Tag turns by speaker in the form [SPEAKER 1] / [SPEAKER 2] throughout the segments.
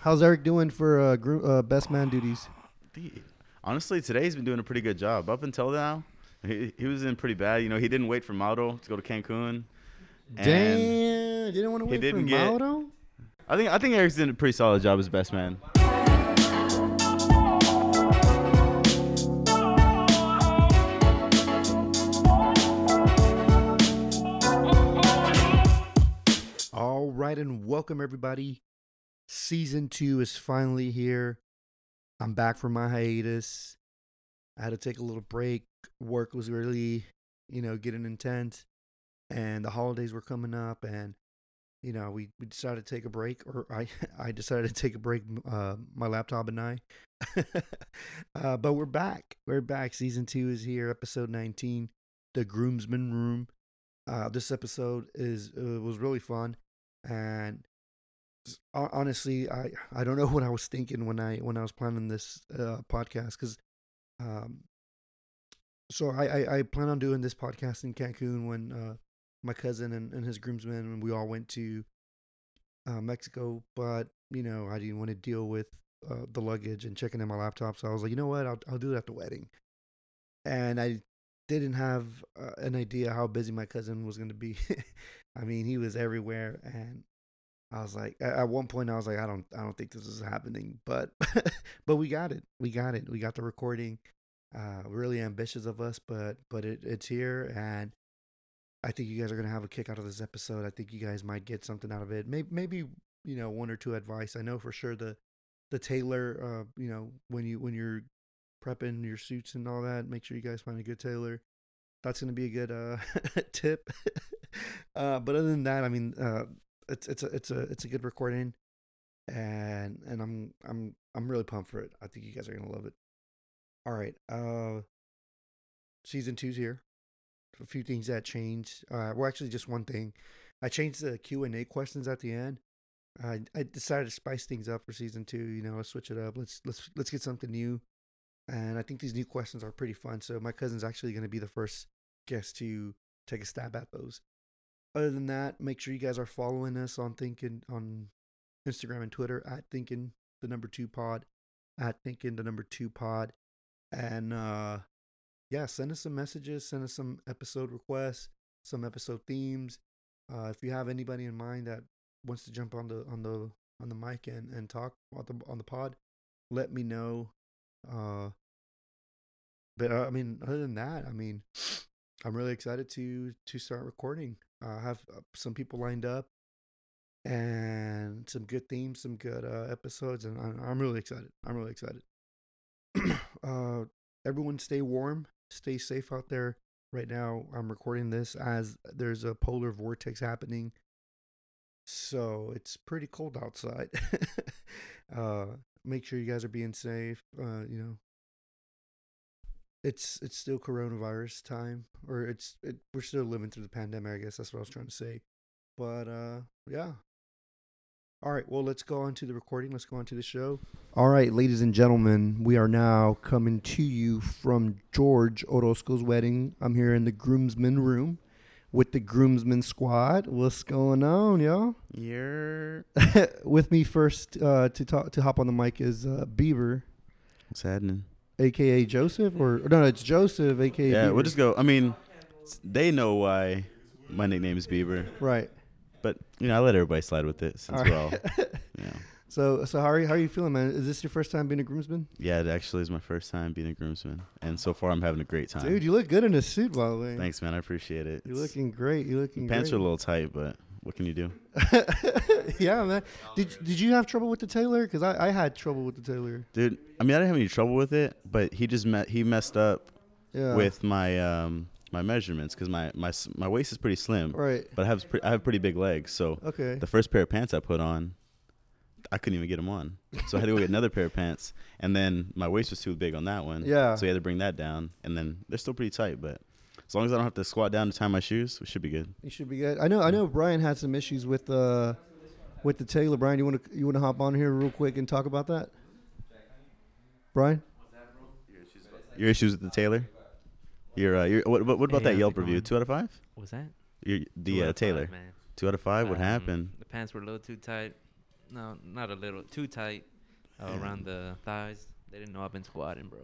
[SPEAKER 1] How's Eric doing for uh, group, uh, best man duties?
[SPEAKER 2] Dude, honestly, today he's been doing a pretty good job. Up until now, he, he was in pretty bad. You know, he didn't wait for Mauro to go to Cancun. And
[SPEAKER 1] Damn, didn't want to wait
[SPEAKER 2] didn't
[SPEAKER 1] for
[SPEAKER 2] get-
[SPEAKER 1] Mauro.
[SPEAKER 2] I think I think Eric's did a pretty solid job as best man.
[SPEAKER 1] All right, and welcome everybody. Season two is finally here. I'm back from my hiatus. I had to take a little break. Work was really, you know, getting intense, and the holidays were coming up, and you know, we, we decided to take a break, or I I decided to take a break. Uh, my laptop and I. uh, but we're back. We're back. Season two is here. Episode 19, the groomsman room. Uh, this episode is uh, was really fun, and s- hon- honestly, I I don't know what I was thinking when I when I was planning this uh, podcast because, um, so I, I I plan on doing this podcast in Cancun when uh, my cousin and, and his groomsmen and we all went to uh, Mexico, but you know I didn't want to deal with uh, the luggage and checking in my laptop, so I was like, you know what, I'll I'll do it at the wedding, and I didn't have uh, an idea how busy my cousin was going to be. I mean, he was everywhere, and I was like, at at one point, I was like, I don't, I don't think this is happening, but, but we got it, we got it, we got the recording. Uh, really ambitious of us, but, but it, it's here, and I think you guys are gonna have a kick out of this episode. I think you guys might get something out of it. Maybe, maybe you know, one or two advice. I know for sure the, the tailor, uh, you know, when you when you're prepping your suits and all that, make sure you guys find a good tailor that's gonna be a good uh, tip. uh, but other than that, I mean, uh, it's it's a it's a it's a good recording, and and I'm I'm I'm really pumped for it. I think you guys are gonna love it. All right, uh, season two's here. A few things that changed. Uh, well, actually, just one thing. I changed the Q and A questions at the end. I I decided to spice things up for season two. You know, let's switch it up. Let's let's let's get something new and I think these new questions are pretty fun. So my cousin's actually going to be the first guest to take a stab at those. Other than that, make sure you guys are following us on thinking on Instagram and Twitter at thinking the number two pod at thinking the number two pod, and uh, yeah, send us some messages, send us some episode requests, some episode themes. Uh, if you have anybody in mind that wants to jump on the on the on the mic and and talk on the on the pod, let me know. Uh, but uh, I mean, other than that, I mean, I'm really excited to to start recording. Uh, I have uh, some people lined up, and some good themes, some good uh, episodes, and I'm, I'm really excited. I'm really excited. uh, everyone, stay warm, stay safe out there. Right now, I'm recording this as there's a polar vortex happening, so it's pretty cold outside. uh, make sure you guys are being safe. Uh, you know, it's it's still coronavirus time, or it's it, we're still living through the pandemic. I guess that's what I was trying to say. But uh, yeah. All right. Well, let's go on to the recording. Let's go on to the show. All right, ladies and gentlemen, we are now coming to you from George Orozco's wedding. I'm here in the groomsmen room with the groomsmen squad. What's going on, y'all?
[SPEAKER 2] You're
[SPEAKER 1] with me first uh, to talk to hop on the mic is uh, Beaver,
[SPEAKER 2] what's happening?
[SPEAKER 1] aka Joseph, or no, no, it's Joseph, aka
[SPEAKER 2] Yeah,
[SPEAKER 1] Beaver.
[SPEAKER 2] we'll just go. I mean, s- they know why my nickname is Bieber,
[SPEAKER 1] right.
[SPEAKER 2] but you know I let everybody slide with it since
[SPEAKER 1] All
[SPEAKER 2] we're all. You know.
[SPEAKER 1] So, so how are you? How are you feeling, man? Is this your first time being a groomsman,
[SPEAKER 2] Yeah, it actually is my first time being a groomsman, and so far I'm having a great time.
[SPEAKER 1] dude? You look good in a suit, by the way.
[SPEAKER 2] Thanks, man. I appreciate it.
[SPEAKER 1] You're
[SPEAKER 2] It's-
[SPEAKER 1] looking great. You're
[SPEAKER 2] the
[SPEAKER 1] looking
[SPEAKER 2] pants are a
[SPEAKER 1] great.
[SPEAKER 2] little tight, but what can you do?
[SPEAKER 1] yeah, man. Did did you have trouble with the tailor? Because I, I had trouble with the tailor.
[SPEAKER 2] Dude, I mean I didn't have any trouble with it, but he just met he messed up
[SPEAKER 1] Yeah.
[SPEAKER 2] with my um my measurements because my my s- my waist is pretty slim,
[SPEAKER 1] right.
[SPEAKER 2] but I have pre- I have pretty big legs, so
[SPEAKER 1] Okay.
[SPEAKER 2] the first pair of pants I put on, I couldn't even get them on. So I had to go get another pair of pants, and then my waist was too big on that one.
[SPEAKER 1] Yeah.
[SPEAKER 2] So we had to bring that down, and then they're still pretty tight, but as long as I don't have to squat down to tie my shoes, we should be good.
[SPEAKER 1] You should be good. I know. I know. Brian had some issues with uh, with the Taylor. Brian, you want to you want to hop on here real quick and talk about that? Brian,
[SPEAKER 2] Your issues with the tailor? Your uh, your what what, what about
[SPEAKER 3] Hey, how's
[SPEAKER 2] that
[SPEAKER 3] it
[SPEAKER 2] Yelp review?
[SPEAKER 3] going?
[SPEAKER 2] Two out of five?
[SPEAKER 3] Was that
[SPEAKER 2] Your
[SPEAKER 3] Two
[SPEAKER 2] the
[SPEAKER 3] out
[SPEAKER 2] uh,
[SPEAKER 3] of five,
[SPEAKER 2] tailor.
[SPEAKER 3] man.
[SPEAKER 2] Two out of five. What
[SPEAKER 3] Um,
[SPEAKER 2] happened?
[SPEAKER 3] The pants were a little too tight. No, not a little. Too tight uh,
[SPEAKER 2] Yeah.
[SPEAKER 3] around the thighs. They didn't know I've been squatting, bro.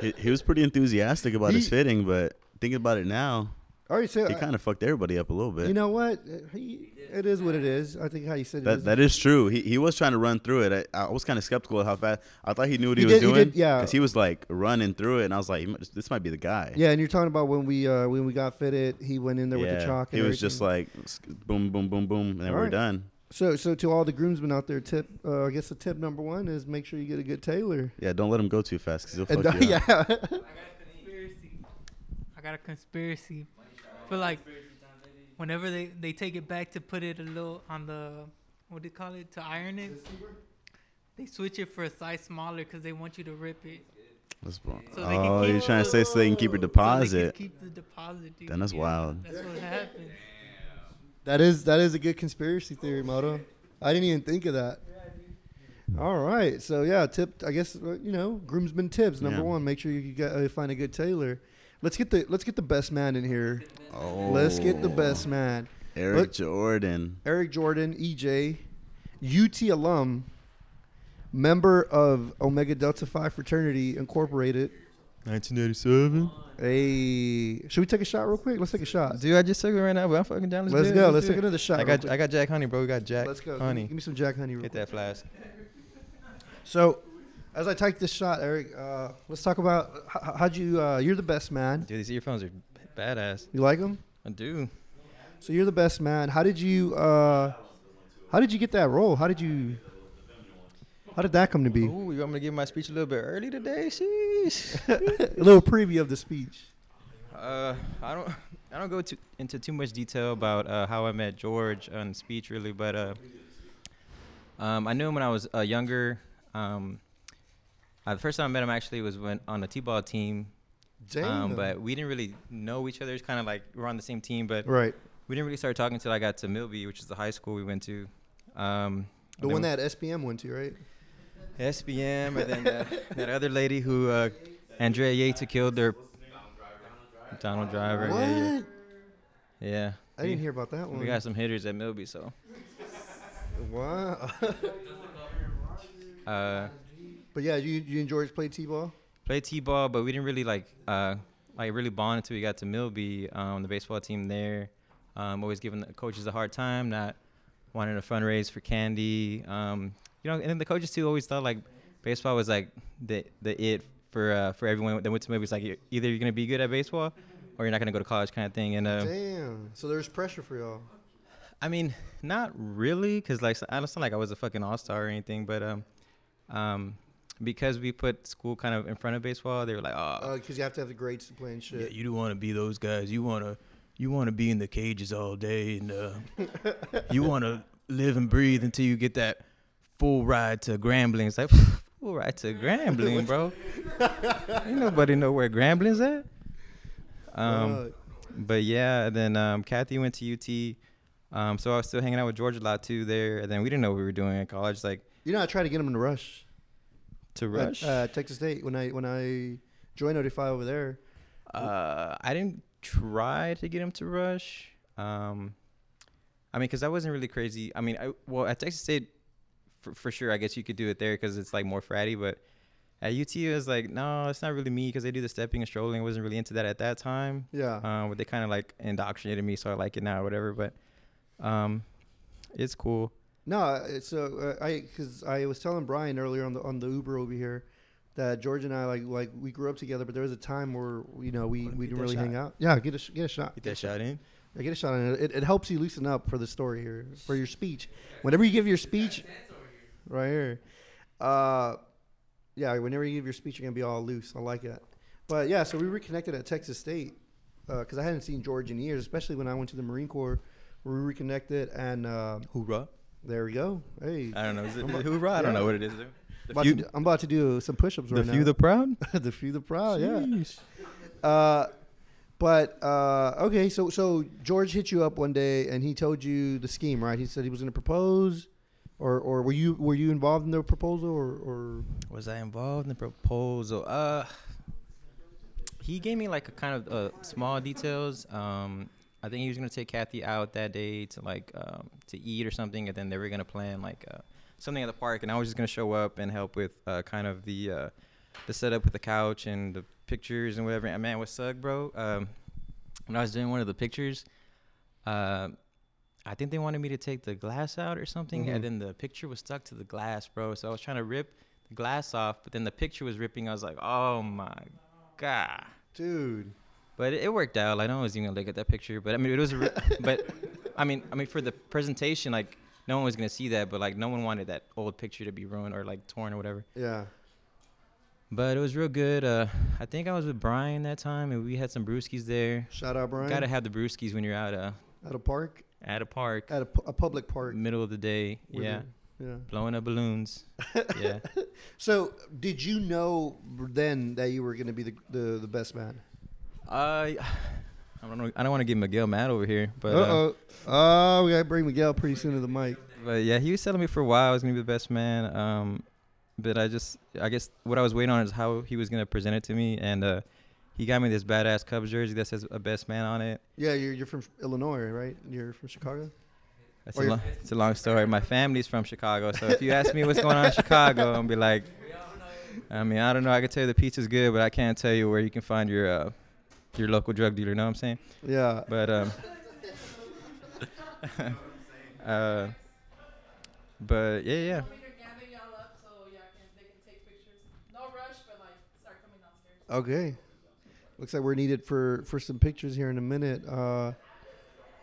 [SPEAKER 2] He, he was pretty enthusiastic about his
[SPEAKER 1] He-
[SPEAKER 2] fitting, but thinking about it now,
[SPEAKER 1] All right, so
[SPEAKER 2] he
[SPEAKER 1] I-
[SPEAKER 2] kind of fucked everybody up a little bit.
[SPEAKER 1] you know what? Uh, he- it is what it is. I think how you said it.
[SPEAKER 2] that
[SPEAKER 1] is-
[SPEAKER 2] that is true. He he was trying to run through it. I, I was kind of skeptical of how fast. I thought he knew what he,
[SPEAKER 1] He
[SPEAKER 2] was
[SPEAKER 1] did- he
[SPEAKER 2] doing.
[SPEAKER 1] did, yeah.
[SPEAKER 2] because he was like running through it, and I was like, "He might- this might be the guy.
[SPEAKER 1] yeah, and you're talking about when we uh, when we got fitted, he went in there with the
[SPEAKER 2] Yeah.
[SPEAKER 1] chalk. And
[SPEAKER 2] He was just
[SPEAKER 1] everything.
[SPEAKER 2] like s- boom, boom, boom, boom, and then
[SPEAKER 1] All
[SPEAKER 2] we're
[SPEAKER 1] right.
[SPEAKER 2] done.
[SPEAKER 1] so. So to all the groomsmen out there, tip. Uh, I guess the tip number one is make sure you get a good tailor.
[SPEAKER 2] Yeah, don't let him go too fast because he'll
[SPEAKER 1] And,
[SPEAKER 2] fuck
[SPEAKER 1] uh,
[SPEAKER 2] you up.
[SPEAKER 1] yeah,
[SPEAKER 4] conspiracy. I got a conspiracy. For like, whenever they they take it back to put it a little on the what do you call it to iron it, they switch it for a size smaller because they want you to rip it.
[SPEAKER 2] That's bro-
[SPEAKER 4] So they can
[SPEAKER 2] oh,
[SPEAKER 4] keep-
[SPEAKER 2] you're trying to say so they can keep your
[SPEAKER 4] So they can
[SPEAKER 2] deposit.
[SPEAKER 4] keep the deposit, dude.
[SPEAKER 2] Then that's
[SPEAKER 4] Yeah,
[SPEAKER 2] wild.
[SPEAKER 4] That's what happened.
[SPEAKER 1] that is that is a good conspiracy theory, Moto. I didn't even think of that. All right, so yeah, tip. I guess uh, you know, groomsmen tips number
[SPEAKER 2] Yeah.
[SPEAKER 1] one. Make sure you get, uh, find a good tailor. Let's get the let's get the best man in here.
[SPEAKER 2] oh,
[SPEAKER 1] Let's get the best man.
[SPEAKER 2] Eric
[SPEAKER 1] Look-
[SPEAKER 2] Jordan.
[SPEAKER 1] Eric Jordan, E EJ, UT alum, member of Omega Delta Phi fraternity incorporated.
[SPEAKER 5] 1987.
[SPEAKER 1] Hey, should we take a shot real quick? Let's take a shot.
[SPEAKER 5] Dude, I just took it right now, but I'm fucking down.
[SPEAKER 1] Let's
[SPEAKER 5] do it,
[SPEAKER 1] go. Let's
[SPEAKER 5] do
[SPEAKER 1] take
[SPEAKER 5] it.
[SPEAKER 1] another shot.
[SPEAKER 5] I
[SPEAKER 1] real
[SPEAKER 5] got,
[SPEAKER 1] quick.
[SPEAKER 5] I got Jack Honey, bro. We got Jack
[SPEAKER 1] Let's go. Give me,
[SPEAKER 5] Honey.
[SPEAKER 1] give me some Jack Honey. Real
[SPEAKER 5] Get
[SPEAKER 1] quick.
[SPEAKER 5] that flask.
[SPEAKER 1] So, as I take this shot, Eric, uh, let's talk about how, how'd you. Uh, you're the best man.
[SPEAKER 5] Dude, these earphones are badass.
[SPEAKER 1] You like them?
[SPEAKER 5] I do.
[SPEAKER 1] So you're the best man. How did you? Uh, how did you get that role? How did you? How did that come to be?
[SPEAKER 5] Ooh, you want me to give my speech a little bit early today? Sheesh.
[SPEAKER 1] a little preview of the speech.
[SPEAKER 5] Uh, I don't, I don't go too, into too much detail about uh, how I met George on speech really, but uh, um, I knew him when I was uh, younger. Um, uh, the first time I met him actually was when on a t-ball team. Um, but we didn't really know each other. It's kind of like we're on the same team, but
[SPEAKER 1] right,
[SPEAKER 5] we didn't really start talking until I got to Milby, which is the high school we went to. Um,
[SPEAKER 1] the one that SPM went to, right?
[SPEAKER 5] SBM, and then uh, that, that other lady who uh, Andrea Yates who killed their Donald Driver.
[SPEAKER 1] what?
[SPEAKER 5] Yeah, yeah. yeah.
[SPEAKER 1] I didn't hear about that one.
[SPEAKER 5] We got some hitters at Milby, so.
[SPEAKER 1] wow.
[SPEAKER 5] Uh,
[SPEAKER 1] but yeah, you you and George played t-ball.
[SPEAKER 5] played t-ball, but we didn't really like uh, like really bond until we got to Milby, um, the baseball team there. Um, always giving the coaches a hard time, not wanting to fundraise for candy. Um, you know, and then the coaches too always thought like baseball was like the the it for uh, for everyone that went to Milby. It's like you're, either you're gonna be good at baseball or you're not gonna go to college kind of thing. And uh,
[SPEAKER 1] Damn. So there's pressure for y'all.
[SPEAKER 5] I mean, not really, because like I don't sound like I was a fucking all star or anything, but um, um, because we put school kind of in front of baseball, they were like, oh,
[SPEAKER 1] Because uh, you have to have the grades to play and shit.
[SPEAKER 5] you don't want to be those guys. You want to you want to be in the cages all day and uh, you want to live and breathe until you get that full ride to Grambling. It's like full ride to Grambling, bro. Ain't nobody know where Grambling's at. Um,
[SPEAKER 1] Fuck.
[SPEAKER 5] but yeah, then um, Kathy went to UT. Um, so I was still hanging out with George a lot too there. And then we didn't know what we were doing at college, like
[SPEAKER 1] you know, I tried to get them to rush.
[SPEAKER 5] to
[SPEAKER 1] at,
[SPEAKER 5] rush.
[SPEAKER 1] uh, Texas State when I when I joined Notify over there.
[SPEAKER 5] Uh, I didn't try to get him to rush. Um, I mean, because I wasn't really crazy. I mean, I well at Texas State, for, for sure. I guess you could do it there because it's like more fratty. But at UT, it was like, no, it's not really me because they do the stepping and strolling. I wasn't really into that at that time.
[SPEAKER 1] Yeah.
[SPEAKER 5] Um, but they kind of like indoctrinated me, so I like it now or whatever. But um, it's cool.
[SPEAKER 1] No, uh, so uh, I because I was telling Brian earlier on the on the Uber over here that George and I like like we grew up together, but there was a time where you know we,
[SPEAKER 5] Wanna
[SPEAKER 1] we
[SPEAKER 5] get
[SPEAKER 1] didn't
[SPEAKER 5] that
[SPEAKER 1] really
[SPEAKER 5] shot?
[SPEAKER 1] hang out. Yeah, get a sh- get a shot.
[SPEAKER 5] Get that shot in.
[SPEAKER 1] Yeah, get a shot. On it. it. It helps you loosen up for the story here for your speech. Whenever you give your speech, right here, uh, yeah. Whenever you give your speech, you're gonna be all loose. I like that. But yeah, so we reconnected at Texas State because I hadn't seen George in years, especially when I went to the Marine Corps. We reconnected, and uh,
[SPEAKER 5] Hoorah!
[SPEAKER 1] there we go. Hey,
[SPEAKER 5] I don't know. Is it hoorah? I don't
[SPEAKER 1] yeah.
[SPEAKER 5] know what it is. The
[SPEAKER 1] about
[SPEAKER 5] few,
[SPEAKER 1] to do- I'm about to do some push-ups
[SPEAKER 5] the
[SPEAKER 1] right
[SPEAKER 5] few,
[SPEAKER 1] now.
[SPEAKER 5] the proud.
[SPEAKER 1] the few, the proud. Yeah. Uh, but uh, okay, so so George hit you up one day and he told you the scheme, right? He said he was going to propose, or or were you were you involved in the proposal, or, or
[SPEAKER 5] Was I involved in the proposal? Uh, he gave me like a kind of uh, small details. Um, I think he was gonna take Kathy out that day to like um, to eat or something, and then they were gonna plan like uh, something at the park, and I was just gonna show up and help with uh, kind of the uh, the setup with the couch and the pictures and whatever. And man, what sucked, bro? Um, when I was doing one of the pictures, uh, I think they wanted me to take the glass out or something,
[SPEAKER 1] Mhm.
[SPEAKER 5] and then the picture was stuck to the glass, bro. So I was trying to rip the glass off, but then the picture was ripping. I was like, oh my god.
[SPEAKER 1] dude.
[SPEAKER 5] But it, it worked out. Like no one was even gonna look at that picture. But I mean, it was. A re- but I mean, I mean, for the presentation, like no one was gonna see that. But like no one wanted that old picture to be ruined or like torn or whatever.
[SPEAKER 1] Yeah.
[SPEAKER 5] But it was real good. Uh, I think I was with Brian that time, and we had some brewskis there.
[SPEAKER 1] Shout out, Brian.
[SPEAKER 5] Gotta have the brewskis when you're out uh,
[SPEAKER 1] at a park,
[SPEAKER 5] at a park,
[SPEAKER 1] at a, pu- a public park.
[SPEAKER 5] middle of the day.
[SPEAKER 1] with
[SPEAKER 5] Mm, yeah,
[SPEAKER 1] him. Yeah.
[SPEAKER 5] blowing up balloons. yeah.
[SPEAKER 1] So, did you know then that you were going to be the, the the best man?
[SPEAKER 5] Uh, I don't know. I don't want to get Miguel mad over here, but. Uh,
[SPEAKER 1] Uh-oh. Oh, we got to bring Miguel pretty soon to the mic.
[SPEAKER 5] But yeah, he was telling me for a while I was gonna be the best man. Um, but I just, I guess what I was waiting on is how he was gonna present it to me, and uh, he got me this badass Cubs jersey that says a best man on it.
[SPEAKER 1] Yeah, you're, you're from Illinois, right? You're from Chicago?
[SPEAKER 5] That's
[SPEAKER 1] Or
[SPEAKER 5] a
[SPEAKER 1] your-
[SPEAKER 5] long, it's a long story. My family's from Chicago, so if you ask me what's going on in Chicago, I'm be like, I mean, I don't know. I can tell you the pizza's good, but I can't tell you where you can find your uh, your local drug dealer. You know what I'm saying?
[SPEAKER 1] Yeah.
[SPEAKER 5] But um, uh, but yeah, yeah.
[SPEAKER 6] Want me to gather y'all up so y'all can they can take pictures? No rush, but like start coming downstairs.
[SPEAKER 1] Okay. Looks like we're needed for, for some pictures here in a minute. Uh,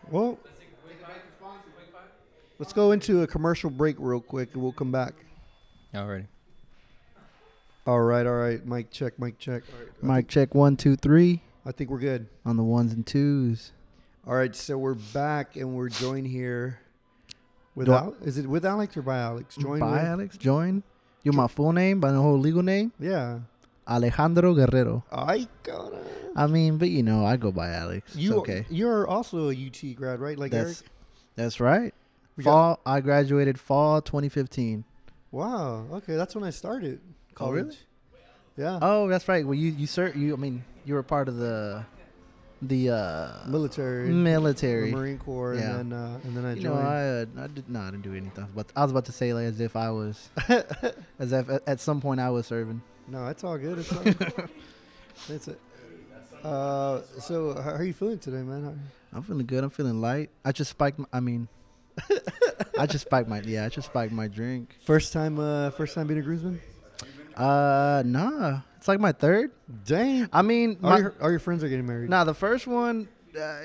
[SPEAKER 1] well, let's go into a commercial break real quick and we'll come back.
[SPEAKER 5] Alrighty.
[SPEAKER 1] All right, all right. Mic check, mic check. All right,
[SPEAKER 7] Mic check one, two, three
[SPEAKER 1] I think we're good.
[SPEAKER 7] on the ones and twos.
[SPEAKER 1] All right, so we're back and we're joined here with
[SPEAKER 7] Do I-
[SPEAKER 1] Al- is it with Alex or by Alex? Joined
[SPEAKER 7] Bye,
[SPEAKER 1] with-
[SPEAKER 7] Alex. Join. You're my full name, but my whole legal name,
[SPEAKER 1] Yeah.
[SPEAKER 7] Alejandro Guerrero.
[SPEAKER 1] I gotta.
[SPEAKER 7] I mean, but you know, I go by Alex.
[SPEAKER 1] You
[SPEAKER 7] it's okay?
[SPEAKER 1] You're also a UT grad, right? Like
[SPEAKER 7] that's
[SPEAKER 1] Eric.
[SPEAKER 7] that's right.
[SPEAKER 1] We got-
[SPEAKER 7] Fall, I graduated fall 2015.
[SPEAKER 1] Wow. Okay, that's when I started
[SPEAKER 7] Oh,
[SPEAKER 1] college.
[SPEAKER 7] really?
[SPEAKER 1] Yeah.
[SPEAKER 7] Oh, that's right. Well, you you sir, you I mean, you were part of the the uh,
[SPEAKER 1] Military.
[SPEAKER 7] military.
[SPEAKER 1] the Marine Corps,
[SPEAKER 7] Yeah.
[SPEAKER 1] and then uh, and then I
[SPEAKER 7] You
[SPEAKER 1] joined.
[SPEAKER 7] know, I uh, I did no, I didn't do anything, but I was about to say like as if I was as if at, at some point I was serving.
[SPEAKER 1] no, it's all good. It's all good. That's it. Uh, so how are you feeling today, man? How-
[SPEAKER 7] I'm feeling good. I'm feeling light. I just spiked. My, I mean, I just spiked my yeah. I just spiked my drink.
[SPEAKER 1] First time, uh, first time being a groomsman.
[SPEAKER 7] Uh, nah. It's like my third.
[SPEAKER 1] Dang. Oh,
[SPEAKER 7] I mean,
[SPEAKER 1] all,
[SPEAKER 7] my,
[SPEAKER 1] your, all your friends are getting married.
[SPEAKER 7] nah. The first one, uh,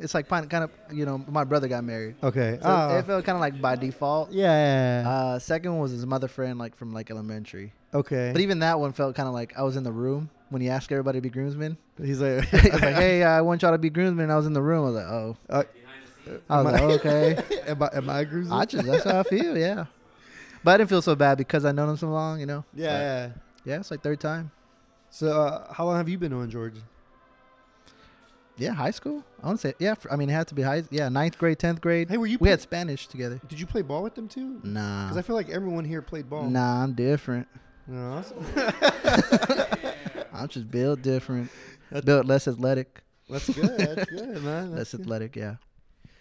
[SPEAKER 7] it's like kind of you know my brother got married.
[SPEAKER 1] Okay.
[SPEAKER 7] So uh,
[SPEAKER 1] Ah.
[SPEAKER 7] it felt kind of like by default.
[SPEAKER 1] yeah.
[SPEAKER 7] Uh, second one was his mother friend, like from like elementary.
[SPEAKER 1] okay.
[SPEAKER 7] uh, But even that one felt kind of like I was in the room when he asked everybody to be groomsmen.
[SPEAKER 1] He's like,
[SPEAKER 7] He was like, hey, I want y'all to be groomsmen. I was in the room. I was like, oh, I was
[SPEAKER 1] Am
[SPEAKER 7] like,
[SPEAKER 1] I-
[SPEAKER 7] okay.
[SPEAKER 1] am I, am I a groomsman?
[SPEAKER 7] I just that's how I feel, yeah. But I didn't feel so bad because I known him so long, you know.
[SPEAKER 1] yeah, yeah.
[SPEAKER 7] Yeah, it's like third time.
[SPEAKER 1] So uh, how long have you been on George?
[SPEAKER 7] Yeah, high school. I want to say yeah. For, I mean, it had to be high. Yeah, ninth grade, tenth grade.
[SPEAKER 1] Hey, were you?
[SPEAKER 7] we
[SPEAKER 1] play-
[SPEAKER 7] had Spanish together.
[SPEAKER 1] Did you play ball with them too? Because
[SPEAKER 7] Nah,
[SPEAKER 1] I feel like everyone here played ball.
[SPEAKER 7] nah, I'm different.
[SPEAKER 1] No, that's-
[SPEAKER 7] I'm just built different. built less athletic.
[SPEAKER 1] that's good. That's good, man. That's
[SPEAKER 7] Less
[SPEAKER 1] good.
[SPEAKER 7] athletic. Yeah.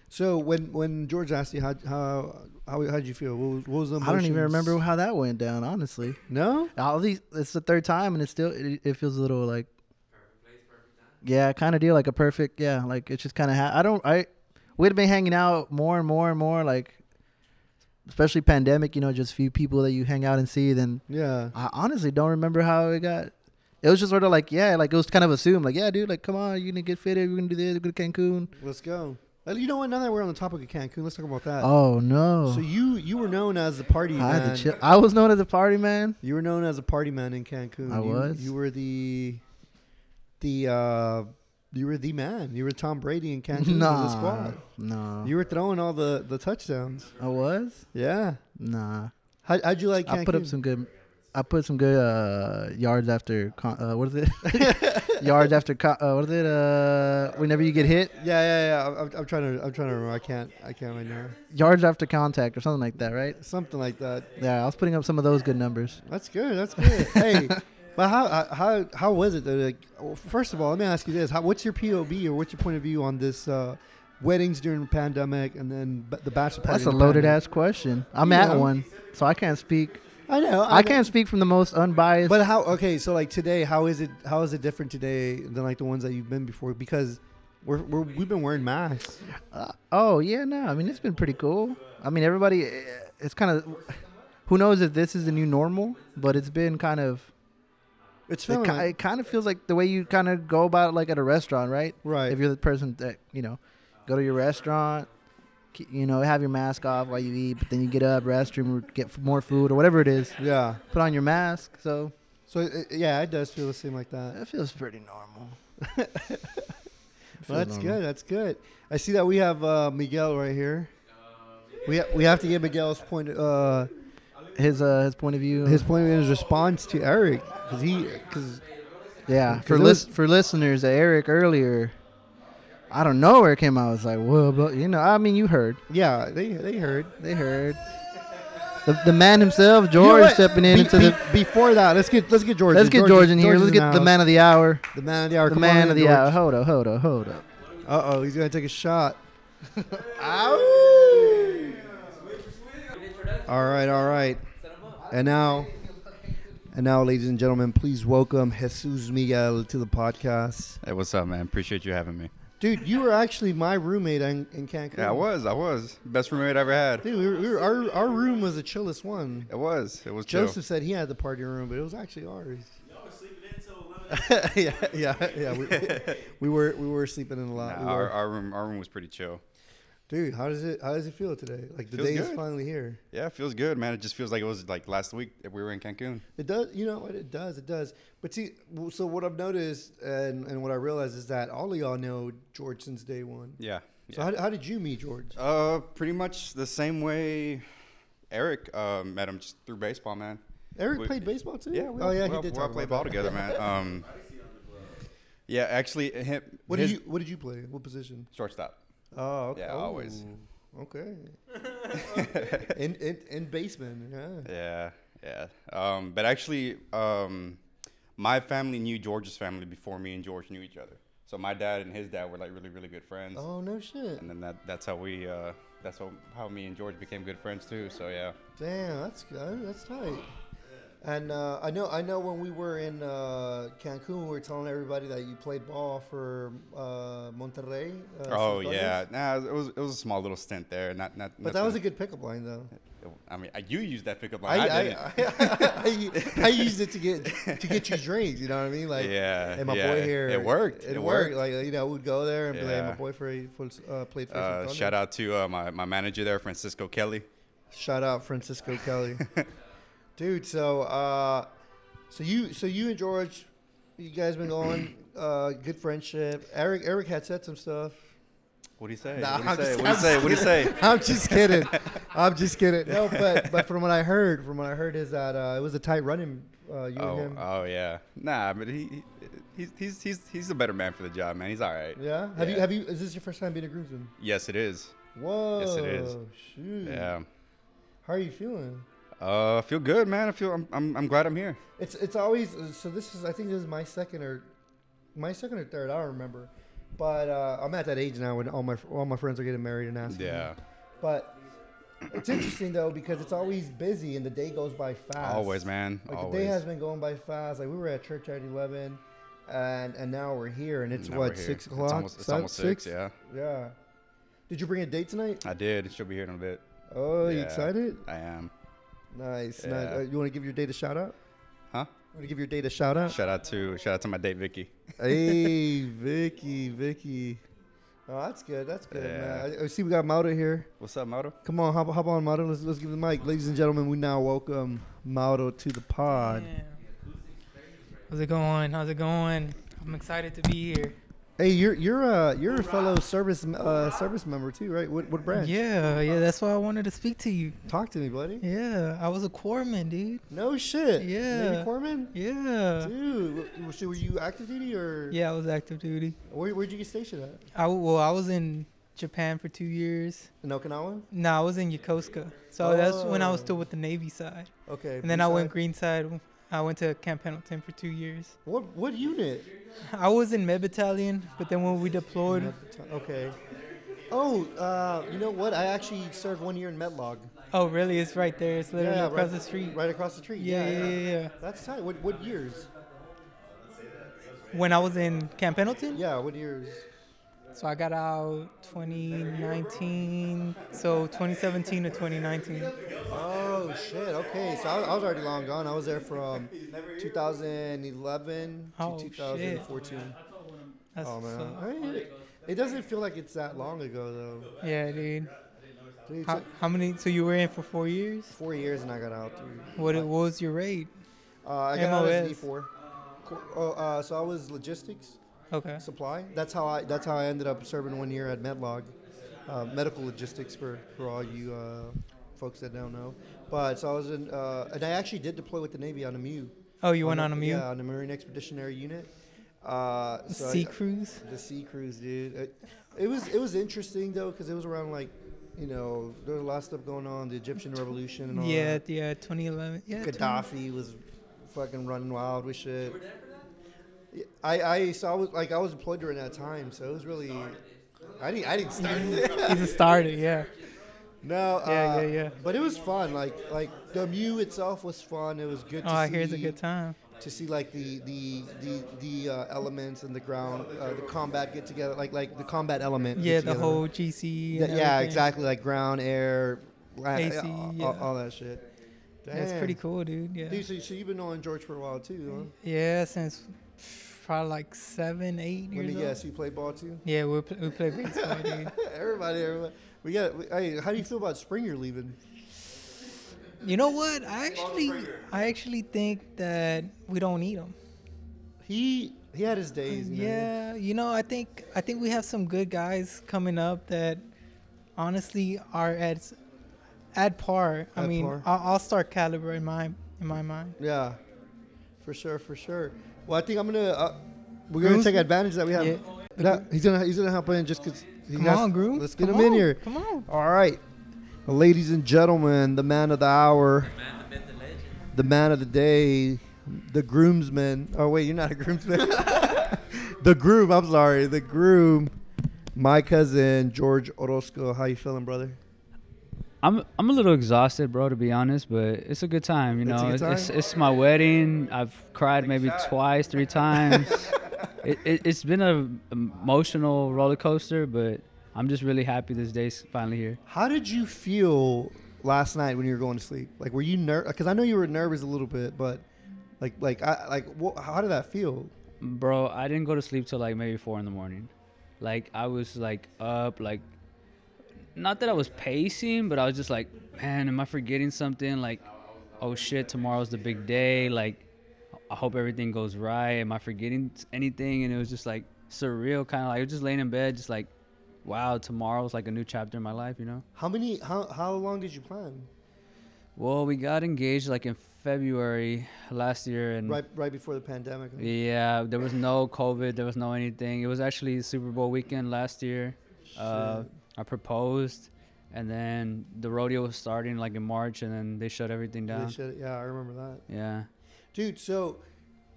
[SPEAKER 1] So when when George asked you how how how how'd you feel? What was, what was the?
[SPEAKER 7] I don't even
[SPEAKER 1] emotions?
[SPEAKER 7] remember how that went down. Honestly,
[SPEAKER 1] No.
[SPEAKER 7] all these. It's the third time, and it's still. It, it feels a little like. Yeah, kind of deal like a perfect. Yeah, like it's just kind of. Ha- I don't. I we'd been hanging out more and more and more. Like, especially pandemic. You know, just few people that you hang out and see. Then
[SPEAKER 1] Yeah.
[SPEAKER 7] I honestly don't remember how it got. It was just sort of like yeah, like it was kind of assumed. Like yeah, dude, like come on, you're gonna get fitted. We're gonna do this. We're gonna Cancun.
[SPEAKER 1] Let's go. Well, you know what? Now that we're on the topic of Cancun, let's talk about that.
[SPEAKER 7] Oh no.
[SPEAKER 1] So you you were known as the party
[SPEAKER 7] I
[SPEAKER 1] man.
[SPEAKER 7] had to chill. I was known as a party man.
[SPEAKER 1] You were known as a party man in Cancun.
[SPEAKER 7] I
[SPEAKER 1] you,
[SPEAKER 7] was.
[SPEAKER 1] You were the, the, uh, you were the man. You were Tom Brady in Cancun with the
[SPEAKER 7] Nah,
[SPEAKER 1] squad.
[SPEAKER 7] no.
[SPEAKER 1] You were throwing all the the touchdowns.
[SPEAKER 7] I was.
[SPEAKER 1] Yeah.
[SPEAKER 7] Nah.
[SPEAKER 1] How, how'd you like? Cancun?
[SPEAKER 7] I put up some good. I put some good uh, yards after. Con- uh, what is it? yards after. Con- uh, what is it? Uh, whenever you get hit,
[SPEAKER 1] Yeah, yeah, yeah. I'm, I'm trying to. I'm trying to remember. I can't. I can't right now.
[SPEAKER 7] yards after contact or something like that, right?
[SPEAKER 1] Something like that.
[SPEAKER 7] Yeah, I was putting up some of those good numbers.
[SPEAKER 1] That's good. That's good. hey, but how how oh, how was it though? Like, first of all, let me ask you this: how, What's your POV or what's your point of view on this uh, weddings during the pandemic, and then b- the bachelor party.
[SPEAKER 7] That's a
[SPEAKER 1] in the
[SPEAKER 7] loaded
[SPEAKER 1] pandemic.
[SPEAKER 7] ass question. I'm
[SPEAKER 1] You
[SPEAKER 7] at
[SPEAKER 1] know.
[SPEAKER 7] one, so I can't speak.
[SPEAKER 1] I know.
[SPEAKER 7] I
[SPEAKER 1] know.
[SPEAKER 7] can't speak from the most unbiased.
[SPEAKER 1] But how? Okay, so like today, how is it? How is it different today than like the ones that you've been before? Because we're, we're we've been wearing masks.
[SPEAKER 7] Uh, oh yeah, no. I mean, it's been pretty cool. I mean, everybody. eh, It's kind of. Who knows if this is the new normal? But it's been kind of.
[SPEAKER 1] It's
[SPEAKER 7] It,
[SPEAKER 1] feeling
[SPEAKER 7] ki-
[SPEAKER 1] like-
[SPEAKER 7] it kind of feels like the way you kind of go about it, like at a restaurant, right?
[SPEAKER 1] right.
[SPEAKER 7] If you're the person that you know, go to your restaurant, ke- you know, have your mask off while you eat, but then you get up, restroom, or get f- more food or whatever it is,
[SPEAKER 1] yeah.
[SPEAKER 7] put on your mask. So
[SPEAKER 1] So it, yeah, it does feel the same like that.
[SPEAKER 7] that feels pretty normal.
[SPEAKER 1] Well,
[SPEAKER 7] Feels
[SPEAKER 1] that's
[SPEAKER 7] normal.
[SPEAKER 1] good. That's good. I see that we have uh, Miguel right here. We ha- we have to get Miguel's point. Uh,
[SPEAKER 7] His uh, his point of view.
[SPEAKER 1] his point in his response to Eric because he because
[SPEAKER 7] Yeah,
[SPEAKER 1] 'Cause
[SPEAKER 7] for
[SPEAKER 1] it
[SPEAKER 7] lis- for listeners, uh, Eric earlier, I don't know where it came. out. I was like, "Whoa!" But you know, I mean, you heard,
[SPEAKER 1] yeah they they heard.
[SPEAKER 7] they heard. The, the man himself,
[SPEAKER 1] You know
[SPEAKER 7] George,
[SPEAKER 1] what?
[SPEAKER 7] stepping in
[SPEAKER 1] Be-
[SPEAKER 7] into
[SPEAKER 1] be-
[SPEAKER 7] the.
[SPEAKER 1] before that. Let's get let's get George.
[SPEAKER 7] Let's get George in here.
[SPEAKER 1] George
[SPEAKER 7] Let's
[SPEAKER 1] is
[SPEAKER 7] get the
[SPEAKER 1] house.
[SPEAKER 7] man of the hour.
[SPEAKER 1] the man of the hour.
[SPEAKER 7] The
[SPEAKER 1] Come on
[SPEAKER 7] man
[SPEAKER 1] in,
[SPEAKER 7] of the
[SPEAKER 1] George.
[SPEAKER 7] hour. Hold up, hold up, hold up.
[SPEAKER 1] Uh oh, he's gonna take a shot. Ow! All right, all right. And now, and now, ladies and gentlemen, please welcome Jesus Miguel to the podcast.
[SPEAKER 8] Hey, what's up, man? Appreciate you having me.
[SPEAKER 1] Dude, you were actually my roommate in, in Cancun.
[SPEAKER 8] Yeah, I was. I was. Best roommate I ever had.
[SPEAKER 1] Dude, we were, we were- our our room was the chillest one.
[SPEAKER 8] It was. It was chill.
[SPEAKER 1] Joseph said he had the party room, but it was actually ours. yeah, yeah, yeah. We, we were we were sleeping in a lot.
[SPEAKER 8] Nah,
[SPEAKER 1] We were.
[SPEAKER 8] our, our room our room was pretty chill.
[SPEAKER 1] Dude, how does it how does it feel today? Like the
[SPEAKER 8] Feels
[SPEAKER 1] day is
[SPEAKER 8] good.
[SPEAKER 1] finally here.
[SPEAKER 8] Yeah, it feels good, man. It just feels like it was like last week that we were in Cancun.
[SPEAKER 1] It does, you know what? It does, it does. But see, w- so what I've noticed and, and what I realized is that all of y'all know George since day one.
[SPEAKER 8] Yeah.
[SPEAKER 1] So how, how did you meet George?
[SPEAKER 8] Uh, pretty much the same way Eric uh, met him just through baseball, man.
[SPEAKER 1] Eric
[SPEAKER 8] we-
[SPEAKER 1] played baseball too.
[SPEAKER 8] Yeah, we
[SPEAKER 1] oh
[SPEAKER 8] all-
[SPEAKER 1] yeah,
[SPEAKER 8] we
[SPEAKER 1] he
[SPEAKER 8] all,
[SPEAKER 1] did.
[SPEAKER 8] we
[SPEAKER 1] talk
[SPEAKER 8] all played
[SPEAKER 1] about
[SPEAKER 8] ball
[SPEAKER 1] that.
[SPEAKER 8] together, man. Um, yeah, actually, him.
[SPEAKER 1] What
[SPEAKER 8] his-
[SPEAKER 1] did you What did you play? What position?
[SPEAKER 8] Shortstop.
[SPEAKER 1] Oh, okay.
[SPEAKER 8] Yeah, always.
[SPEAKER 1] Oh, Okay. in, in in basement. Yeah.
[SPEAKER 8] Yeah, yeah. Um, but actually, um, my family knew George's family before me and George knew each other. So my dad and his dad were like really, really good friends.
[SPEAKER 1] Oh no shit.
[SPEAKER 8] And then that, that's how we, uh, that's how, how me and George became good friends too. So yeah.
[SPEAKER 1] Damn, that's good. That's tight. And uh, I know, I know. When we were in uh, Cancun, we were telling everybody that you played ball for uh, Monterrey. Uh,
[SPEAKER 8] oh
[SPEAKER 1] Santos.
[SPEAKER 8] yeah. Nah, it was it was a small little stint there. Not not.
[SPEAKER 1] but that was a
[SPEAKER 8] nothing-
[SPEAKER 1] good pickup line, though.
[SPEAKER 8] I mean, I, you used that pickup
[SPEAKER 1] I
[SPEAKER 8] line. I,
[SPEAKER 1] I,
[SPEAKER 8] didn't.
[SPEAKER 1] I, I, used it to get to get you drinks. You know what I mean? Like
[SPEAKER 8] Yeah,
[SPEAKER 1] And my
[SPEAKER 8] yeah,
[SPEAKER 1] boy
[SPEAKER 8] it-
[SPEAKER 1] here,
[SPEAKER 8] it worked,
[SPEAKER 1] It,
[SPEAKER 8] it
[SPEAKER 1] worked.
[SPEAKER 8] worked.
[SPEAKER 1] Like you know, we'd go there and be like,
[SPEAKER 8] Yeah.
[SPEAKER 1] my boy for, for uh, played for.
[SPEAKER 8] uh,
[SPEAKER 1] Santos."
[SPEAKER 8] shout out to uh, my my manager there, Francisco Kelly.
[SPEAKER 1] Shout out Francisco Kelly, dude. So, uh, so you, so you and George, you guys been going, uh, good friendship. Eric, Eric had said some stuff.
[SPEAKER 8] What do you say?
[SPEAKER 1] Nah,
[SPEAKER 8] what do you say?
[SPEAKER 1] I'm just-
[SPEAKER 8] What do you say? What do you say?
[SPEAKER 1] I'm just kidding. I'm just kidding. No, but but from what I heard, from what I heard is that uh, it was a tight running. Uh, you
[SPEAKER 8] Oh,
[SPEAKER 1] and him.
[SPEAKER 8] oh yeah. Nah, but he, he he's he's he's he's a better man for the job, man. He's all right.
[SPEAKER 1] yeah. Have you
[SPEAKER 8] yeah.
[SPEAKER 1] have you? Is this your first time being a groomsman?
[SPEAKER 8] Yes, it is.
[SPEAKER 1] Whoa.
[SPEAKER 8] it is.
[SPEAKER 1] Shoot.
[SPEAKER 8] Yeah.
[SPEAKER 1] How are you feeling?
[SPEAKER 8] Uh, I feel good, man. I feel I'm I'm, I'm glad I'm here.
[SPEAKER 1] It's it's always uh, so. This is I think this is my second or my second or third. I don't remember, but uh, I'm at that age now when all my all my friends are getting married and asking. me.
[SPEAKER 8] Yeah.
[SPEAKER 1] But it's interesting though because it's always busy and the day goes by fast.
[SPEAKER 8] Always, man.
[SPEAKER 1] Like the day
[SPEAKER 8] Always.
[SPEAKER 1] has been going by fast. Like we were at church at eleven, and and now we're here and it's
[SPEAKER 8] Now
[SPEAKER 1] what
[SPEAKER 8] we're here.
[SPEAKER 1] six
[SPEAKER 8] It's
[SPEAKER 1] o'clock.
[SPEAKER 8] almost- it's
[SPEAKER 1] Seven-
[SPEAKER 8] almost six, yeah.
[SPEAKER 1] Yeah. Did you bring a date tonight?
[SPEAKER 8] I did. She'll be here in a bit.
[SPEAKER 1] Oh, you
[SPEAKER 8] Yeah.
[SPEAKER 1] excited?
[SPEAKER 8] I am.
[SPEAKER 1] Nice.
[SPEAKER 8] Yeah.
[SPEAKER 1] nice. Uh, you want to give your date a shout out?
[SPEAKER 8] Huh?
[SPEAKER 1] You want to give your date a shout out?
[SPEAKER 8] Shout out to shout out to my date Vicky.
[SPEAKER 1] hey, Vicky, Vicky. Oh, that's good. That's good, man. I, I see we got Mauro here.
[SPEAKER 8] What's up, Moto?
[SPEAKER 1] Come on, hop, hop on, Mauro. Let's, let's give him the mic. Ladies and gentlemen, we now welcome Mauro to the pod.
[SPEAKER 4] Yeah. How's it going? How's it going? I'm excited to be here.
[SPEAKER 1] Hey, you're you're a you're a fellow service uh, service member too, right? What what branch?
[SPEAKER 4] Yeah, yeah, that's why I wanted to speak to you.
[SPEAKER 1] Talk to me, buddy.
[SPEAKER 4] Yeah, I was a corpsman, dude.
[SPEAKER 1] No shit. Navy
[SPEAKER 4] Yeah.
[SPEAKER 1] corpsman.
[SPEAKER 4] Yeah.
[SPEAKER 1] Dude, w- so were you active duty or
[SPEAKER 4] Yeah, I was active duty.
[SPEAKER 1] Where, where'd you get stationed at?
[SPEAKER 4] I w- well, I was in Japan for two years.
[SPEAKER 1] In Okinawa.
[SPEAKER 4] No, I was in Yokosuka. So that's when I was
[SPEAKER 1] Oh.
[SPEAKER 4] still with the Navy side.
[SPEAKER 1] Okay.
[SPEAKER 4] And then I went
[SPEAKER 1] Green.
[SPEAKER 4] greenside. I went to Camp Pendleton for two years.
[SPEAKER 1] What what unit?
[SPEAKER 4] I was in Med Battalion, but then when we deployed,
[SPEAKER 1] Okay. Oh, uh, you know what? I actually served one year in Metlog.
[SPEAKER 4] Oh, really? It's right there. It's literally
[SPEAKER 1] Yeah,
[SPEAKER 4] across
[SPEAKER 1] right-
[SPEAKER 4] the street.
[SPEAKER 1] Right across the street.
[SPEAKER 4] Yeah, yeah, yeah, yeah.
[SPEAKER 1] That's tight. What what years?
[SPEAKER 4] When I was in Camp Pendleton,
[SPEAKER 1] Yeah, what years?
[SPEAKER 4] so I got out 2019, so 2017 to 2019.
[SPEAKER 1] Oh shit. Okay, so I, I was already long gone. I was there from 2011
[SPEAKER 4] Oh,
[SPEAKER 1] to
[SPEAKER 4] shit.
[SPEAKER 1] 2014.
[SPEAKER 4] That's
[SPEAKER 1] Oh man,
[SPEAKER 4] so-
[SPEAKER 1] I- it doesn't feel like it's that long ago though.
[SPEAKER 4] yeah, dude.
[SPEAKER 1] Dude, it's
[SPEAKER 4] How,
[SPEAKER 1] like
[SPEAKER 4] how many? So you were in for four years.
[SPEAKER 1] four years and I got out. Dude.
[SPEAKER 4] What, what was your rate?
[SPEAKER 1] Uh, I got out as an
[SPEAKER 4] MOS.
[SPEAKER 1] E4. Co- Oh, uh, so I was logistics
[SPEAKER 4] Okay.
[SPEAKER 1] supply. That's how I. That's how I ended up serving one year at Medlog, uh, medical logistics for for all you uh, folks that don't know. But so I was in, uh, and I actually did deploy with the Navy on a MU.
[SPEAKER 4] Oh, you went on a
[SPEAKER 1] the-
[SPEAKER 4] mute?
[SPEAKER 1] Yeah, on the Marine Expeditionary Unit. Uh, so I-
[SPEAKER 4] sea cruise.
[SPEAKER 1] the sea cruise, dude. It, it was it was interesting though because it was around like, you know, there was a lot of stuff going on, the Egyptian Revolution and all
[SPEAKER 4] Yeah,
[SPEAKER 1] that.
[SPEAKER 4] yeah, 2011. Yeah, 20
[SPEAKER 1] Gaddafi was fucking running wild with shit. Yeah, I I so I was like I was deployed during that time, so it was really. I didn't I didn't start. it.
[SPEAKER 4] He's a starter. Yeah.
[SPEAKER 1] no. Uh,
[SPEAKER 4] Yeah, yeah, yeah.
[SPEAKER 1] But it was fun. Like like the MU itself was fun. It was good. To
[SPEAKER 4] Oh, I
[SPEAKER 1] see
[SPEAKER 4] hear it's a good time.
[SPEAKER 1] to see like the the the, the uh, elements and the ground uh, the combat get together like like the combat element get
[SPEAKER 4] Yeah, the
[SPEAKER 1] together.
[SPEAKER 4] whole GC.
[SPEAKER 1] Th-
[SPEAKER 4] and
[SPEAKER 1] yeah
[SPEAKER 4] everything.
[SPEAKER 1] exactly like ground air la-
[SPEAKER 4] AC,
[SPEAKER 1] all- all,
[SPEAKER 4] yeah.
[SPEAKER 1] all that shit
[SPEAKER 4] Yeah, it's pretty
[SPEAKER 1] Damn.
[SPEAKER 4] cool, dude. Yeah.
[SPEAKER 1] Dude, so, so you've been knowing George for a while too,
[SPEAKER 4] Yeah, since probably like seven, eight
[SPEAKER 1] huh? Let me
[SPEAKER 4] years old.
[SPEAKER 1] guess, you play ball too.
[SPEAKER 4] Yeah, we pl- we play baseball, dude.
[SPEAKER 1] everybody, everybody, we got. we- hey, how do you feel about Springer leaving?
[SPEAKER 4] You know what? I actually, I actually think that we don't need him.
[SPEAKER 1] He he had his days. man.
[SPEAKER 4] Uh, Yeah, you know, I think I think we have some good guys coming up that honestly are at s- at par. I
[SPEAKER 1] At
[SPEAKER 4] mean,
[SPEAKER 1] par.
[SPEAKER 4] I'll, I'll start caliber in my in my mind.
[SPEAKER 1] yeah, for sure, for sure. Well, I think I'm gonna. Uh, we're gonna take advantage that we have.
[SPEAKER 4] Yeah.
[SPEAKER 1] No, he's gonna he's gonna hop in just because.
[SPEAKER 4] Come on, Groom.
[SPEAKER 1] Let's get
[SPEAKER 4] Come
[SPEAKER 1] him in
[SPEAKER 4] on,
[SPEAKER 1] here.
[SPEAKER 4] Come on.
[SPEAKER 1] All right, ladies and gentlemen, the man of the hour,
[SPEAKER 3] Man, the myth, the legend.
[SPEAKER 1] the man of the day, the groomsman. Oh wait, you're not a groomsman. the groom. I'm sorry, the groom. My cousin George Orozco. How you feeling, brother?
[SPEAKER 9] I'm I'm a little exhausted, bro, to be honest, but it's a good time, you
[SPEAKER 1] It's a
[SPEAKER 9] know.
[SPEAKER 1] good
[SPEAKER 9] It's it's,
[SPEAKER 1] time?
[SPEAKER 9] it's my wedding. I've cried maybe twice, three times. it, it it's been a emotional roller coaster, but I'm just really happy this day's finally here.
[SPEAKER 1] How did you feel last night when you were going to sleep? Like, were you nervous? Because I know you were nervous a little bit, but like, like, I like, wha how did that feel?
[SPEAKER 9] Bro, I didn't go to sleep till like maybe four in the morning. Like I was like up, like not that I was pacing, but I was just like, man, am I forgetting something? Like, oh shit, tomorrow's the big day. Like, I hope everything goes right. Am I forgetting s- anything? And it was just like surreal, kind of like I was just laying in bed, just like, wow, tomorrow's like a new chapter in my life, you know?
[SPEAKER 1] How many? How how long did you plan?
[SPEAKER 9] Well, we got engaged like in February last year, and
[SPEAKER 1] Right, right before the pandemic. huh?
[SPEAKER 9] Yeah, there was no COVID. There was no anything. It was actually Super Bowl weekend last year. Uh, I proposed, and then the rodeo was starting like in March, and then they shut everything
[SPEAKER 1] They
[SPEAKER 9] down.
[SPEAKER 1] shut it- yeah, I remember that.
[SPEAKER 9] Yeah.
[SPEAKER 1] dude so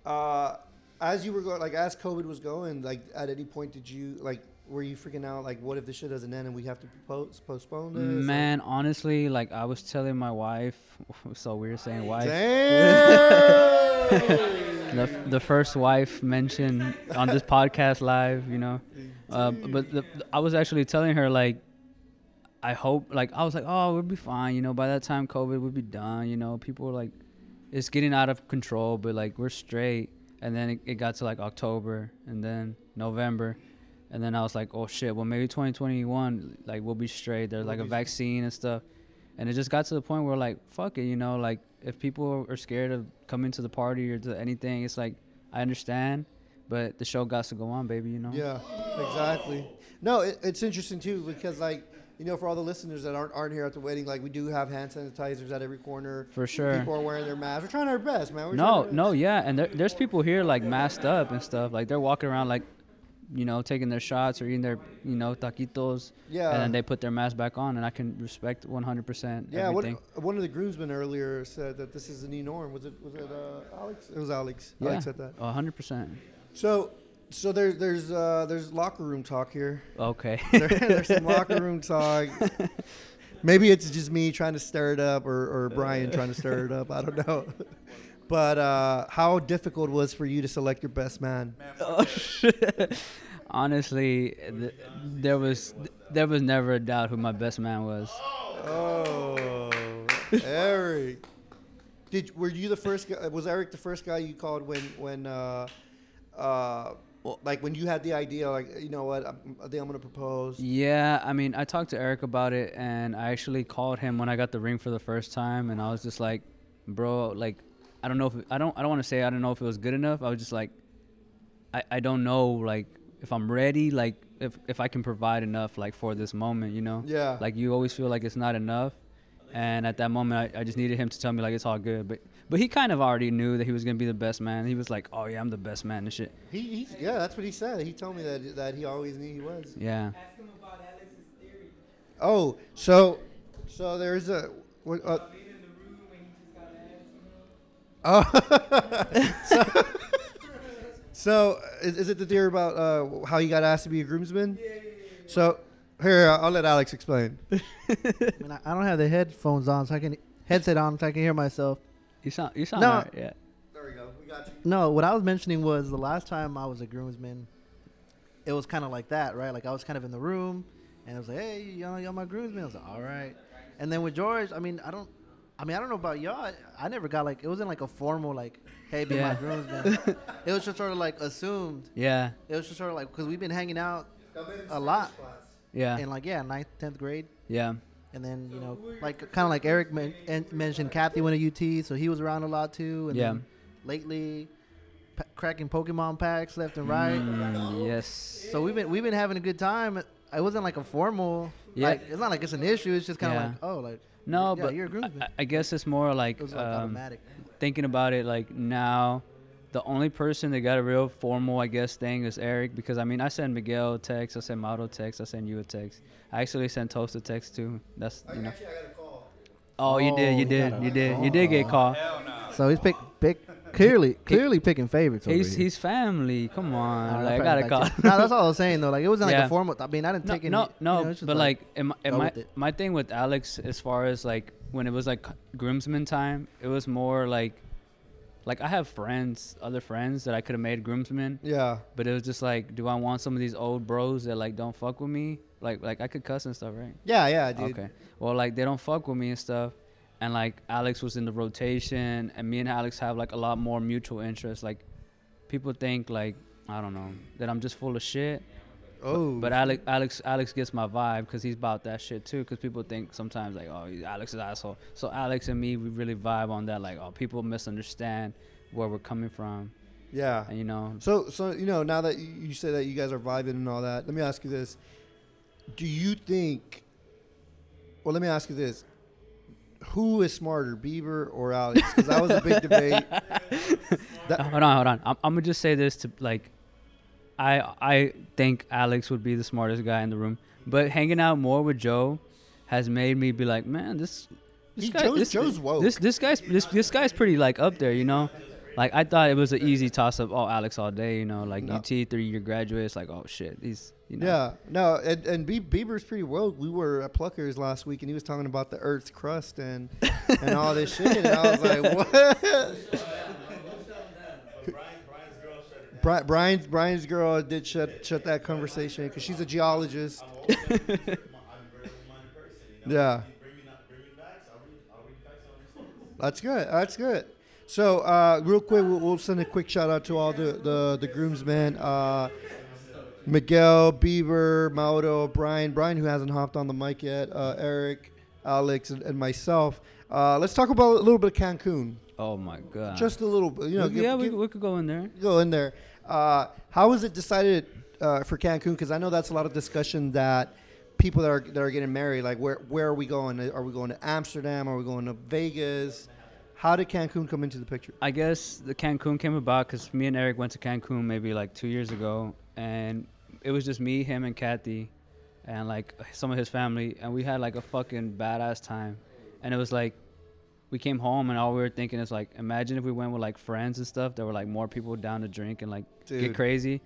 [SPEAKER 1] uh as you were going like as covid was going like at any point did you like were you freaking out like what if this shit doesn't end and we have to propose, postpone this
[SPEAKER 9] Man, honestly, like I was telling my wife, so we were saying wife.
[SPEAKER 1] Damn!
[SPEAKER 9] The, the first wife mentioned on this podcast live, you know. Uh, but the, I was actually telling her like, I hope like I was like, oh, we'll be fine, you know. By that time, COVID would be done, you know. People were like, it's getting out of control, but like we're straight. And then it, it got to like October, and then November, and then I was like, oh shit, well maybe 2021, like we'll be straight. There's like a
[SPEAKER 1] be-
[SPEAKER 9] vaccine and stuff. And it just got to the point where like fuck it, you know, like if people are scared of coming to the party or to anything, it's like I understand, but the show got to go on, baby, you know.
[SPEAKER 1] yeah exactly no it, it's interesting too because like you know for all the listeners that aren't aren't here at the wedding like we do have hand sanitizers at every corner
[SPEAKER 9] For sure.
[SPEAKER 1] people are wearing their masks we're trying our best man we're
[SPEAKER 9] No,
[SPEAKER 1] trying our
[SPEAKER 9] no, yeah, and there, there's people here like masked up and stuff. Like they're walking around like, you know, taking their shots or eating their, you know, taquitos.
[SPEAKER 1] Yeah.
[SPEAKER 9] And then they put their mask back on, and I can respect 100%
[SPEAKER 1] yeah, what,
[SPEAKER 9] everything.
[SPEAKER 1] one of the groomsmen earlier said that this is the new norm. Was it was it uh, Alex? It was Alex.
[SPEAKER 9] yeah,
[SPEAKER 1] Alex said that.
[SPEAKER 9] 100%.
[SPEAKER 1] So, So there's there's uh, there's locker room talk here.
[SPEAKER 9] Okay.
[SPEAKER 1] There, there's some locker room talk. Maybe it's just me trying to stir it up, or, or Brian trying to stir it up. I don't know. But uh, how difficult was for you to select your best man?
[SPEAKER 9] Oh, shit. Honestly, th- there was there was never a doubt who my best man was.
[SPEAKER 1] Oh, Eric. Did were you the first guy? Was Eric the first guy you called when when uh, uh, like when you had the idea? Like you know what? I'm, I think I'm gonna propose.
[SPEAKER 9] Yeah, I mean, I talked to Eric about it, and I actually called him when I got the ring for the first time, and I was just like, "Bro, like, I don't know if I don't I don't want to say I don't know if it was good enough. I was just like, I I don't know like if I'm ready, like if if I can provide enough like for this moment, you know?
[SPEAKER 1] Yeah.
[SPEAKER 9] Like you always feel like it's not enough, and at that moment, I, I just needed him to tell me like it's all good, but but he kind of already knew that he was gonna be the best man. He was like, "Oh yeah, I'm the best man" and shit.
[SPEAKER 1] He, he's, yeah, that's what he said. He told me that that he always knew he was.
[SPEAKER 9] Yeah.
[SPEAKER 6] Ask him about Alex's theory.
[SPEAKER 1] Oh, so so there's a. what- Uh,
[SPEAKER 6] Being in the room when he just got asked, you know?
[SPEAKER 1] oh. so, so is, is it the theory about uh, how you got asked to be a groomsman?
[SPEAKER 6] Yeah, yeah, yeah.
[SPEAKER 1] So here, uh, I'll let Alex explain.
[SPEAKER 7] I, mean, I I don't have the headphones on, so I can headset on, so I can hear myself.
[SPEAKER 9] You sound you sound
[SPEAKER 7] No.
[SPEAKER 9] alright, yeah.
[SPEAKER 1] There we go. We got you.
[SPEAKER 7] No, what I was mentioning was the last time I was a groomsman, it was kind of like that, right? Like I was kind of in the room, and I was like, "Hey, y'all, y'all my groomsman." I was like, "All right." And then with George, I mean, I don't, I mean, I don't know about y'all. I, I never got like it wasn't like a formal like, "Hey, be my
[SPEAKER 9] Yeah.
[SPEAKER 7] groomsman." it was just sort of like assumed.
[SPEAKER 9] Yeah.
[SPEAKER 7] It was just sort of like because we've been hanging out a lot
[SPEAKER 9] Yeah.
[SPEAKER 7] in like yeah ninth, tenth grade.
[SPEAKER 9] Yeah.
[SPEAKER 7] And then you know, like kind of like Eric men- en- mentioned, Kathy went to UT, so he was around a lot too. And
[SPEAKER 9] Yeah.
[SPEAKER 7] then lately, pa- cracking Pokemon packs left and right.
[SPEAKER 9] Mm, yes.
[SPEAKER 7] So we've been we've been having a good time. It wasn't like a formal.
[SPEAKER 9] Yeah.
[SPEAKER 7] Like, it's not like it's an issue. It's just kind of
[SPEAKER 9] Yeah.
[SPEAKER 7] like oh like
[SPEAKER 9] No,
[SPEAKER 7] yeah,
[SPEAKER 9] but
[SPEAKER 7] you're a groomsman.
[SPEAKER 9] I, I guess it's more like,
[SPEAKER 7] it was like
[SPEAKER 9] um,
[SPEAKER 7] automatic.
[SPEAKER 9] thinking about it like now, the only person that got a real formal, I guess, thing is Eric because I mean I send Miguel a text, I send Mato a text, I send you a text. I actually sent Toast a text too. That's you know.
[SPEAKER 1] Actually, I got a call.
[SPEAKER 9] Oh, you
[SPEAKER 7] Oh,
[SPEAKER 9] did,
[SPEAKER 7] he
[SPEAKER 9] you
[SPEAKER 7] got
[SPEAKER 9] did,
[SPEAKER 7] a
[SPEAKER 9] you did, you did get caught.
[SPEAKER 7] So he's pick pick clearly clearly picking favorites. over
[SPEAKER 9] He's
[SPEAKER 7] here.
[SPEAKER 9] he's family. Come
[SPEAKER 7] I
[SPEAKER 9] on,
[SPEAKER 7] don't know,
[SPEAKER 9] like, I
[SPEAKER 7] probably
[SPEAKER 9] gotta call.
[SPEAKER 7] like that. no, that's all I was saying though. Like it wasn't like
[SPEAKER 9] Yeah.
[SPEAKER 7] a formal. I mean, I didn't
[SPEAKER 9] no,
[SPEAKER 7] take any.
[SPEAKER 9] no, no,
[SPEAKER 7] you know, it's just
[SPEAKER 9] but like, in my, in
[SPEAKER 7] go
[SPEAKER 9] my,
[SPEAKER 7] with it.
[SPEAKER 9] my thing with Alex, as far as like when it was like groomsman time, it was more like, like I have friends, other friends that I could have made groomsmen,
[SPEAKER 1] Yeah.
[SPEAKER 9] but it was just like, do I want some of these old bros that like don't fuck with me? Like, like I could cuss and stuff, right?
[SPEAKER 1] Yeah, yeah, dude.
[SPEAKER 9] Okay. Well, like they don't fuck with me and stuff. And like Alex was in the rotation, and me and Alex have like a lot more mutual interests. Like people think like I don't know that I'm just full of shit.
[SPEAKER 1] Oh.
[SPEAKER 9] But Alex, Alex, Alex gets my vibe because he's about that shit too. Because people think sometimes like, oh, Alex is an asshole. So Alex and me, we really vibe on that. Like, oh, people misunderstand where we're coming from,
[SPEAKER 1] yeah.
[SPEAKER 9] and you know,
[SPEAKER 1] So, so you know, now that you- you say that you guys are vibing and all that, let me ask you this: Do you think? Well, let me ask you this: Who is smarter, Bieber or Alex? Because that was a big debate.
[SPEAKER 9] Uh, hold on, hold on. I'm, I'm gonna just say this to like, I I think Alex would be the smartest guy in the room, but hanging out more with Joe has made me be like, man, this this
[SPEAKER 1] He-
[SPEAKER 9] guy,
[SPEAKER 1] Joe's-
[SPEAKER 9] this,
[SPEAKER 1] Joe's woke.
[SPEAKER 9] this this guy's this this guy's pretty like up there, you know. Like I thought it was an easy toss up. Oh, Alex all day, you know. Like
[SPEAKER 1] No.
[SPEAKER 9] UT three year graduate. It's like, oh shit, he's you know.
[SPEAKER 1] Yeah, no, and, and Bie- Bieber's pretty woke. We were at Pluckers last week, and he was talking about the Earth's crust and and all this shit. And I was like, what? Bri- Brian's Brian's girl did shut shut that conversation because she's a geologist. Yeah. That's good. That's good. So, uh, real quick, we'll, we'll send a quick shout out to all the the, the groomsmen. Uh, Miguel, Bieber, Mauro, Brian, Brian, who hasn't hopped on the mic yet, uh, Eric, Alex, and, and myself. Uh, let's talk about a little bit of Cancun.
[SPEAKER 9] Oh my god.
[SPEAKER 1] Just a little, bit, you know.
[SPEAKER 9] yeah,
[SPEAKER 1] give-
[SPEAKER 9] we,
[SPEAKER 1] give-
[SPEAKER 9] we could go in there.
[SPEAKER 1] go in there. Uh, how was it decided uh, for Cancun? Because I know that's a lot of discussion that people that are that are getting married, like where where are we going? Are we going to Amsterdam? Are we going to Vegas? How did Cancun come into the picture?
[SPEAKER 9] I guess the Cancun came about because me and Eric went to Cancun maybe like two years ago, and it was just me, him, and Kathy, and like some of his family, and we had like a fucking badass time, and it was like we came home and all we were thinking is like, imagine if we went with like friends and stuff, there were like more people down to drink and like
[SPEAKER 1] Dude.
[SPEAKER 9] get crazy.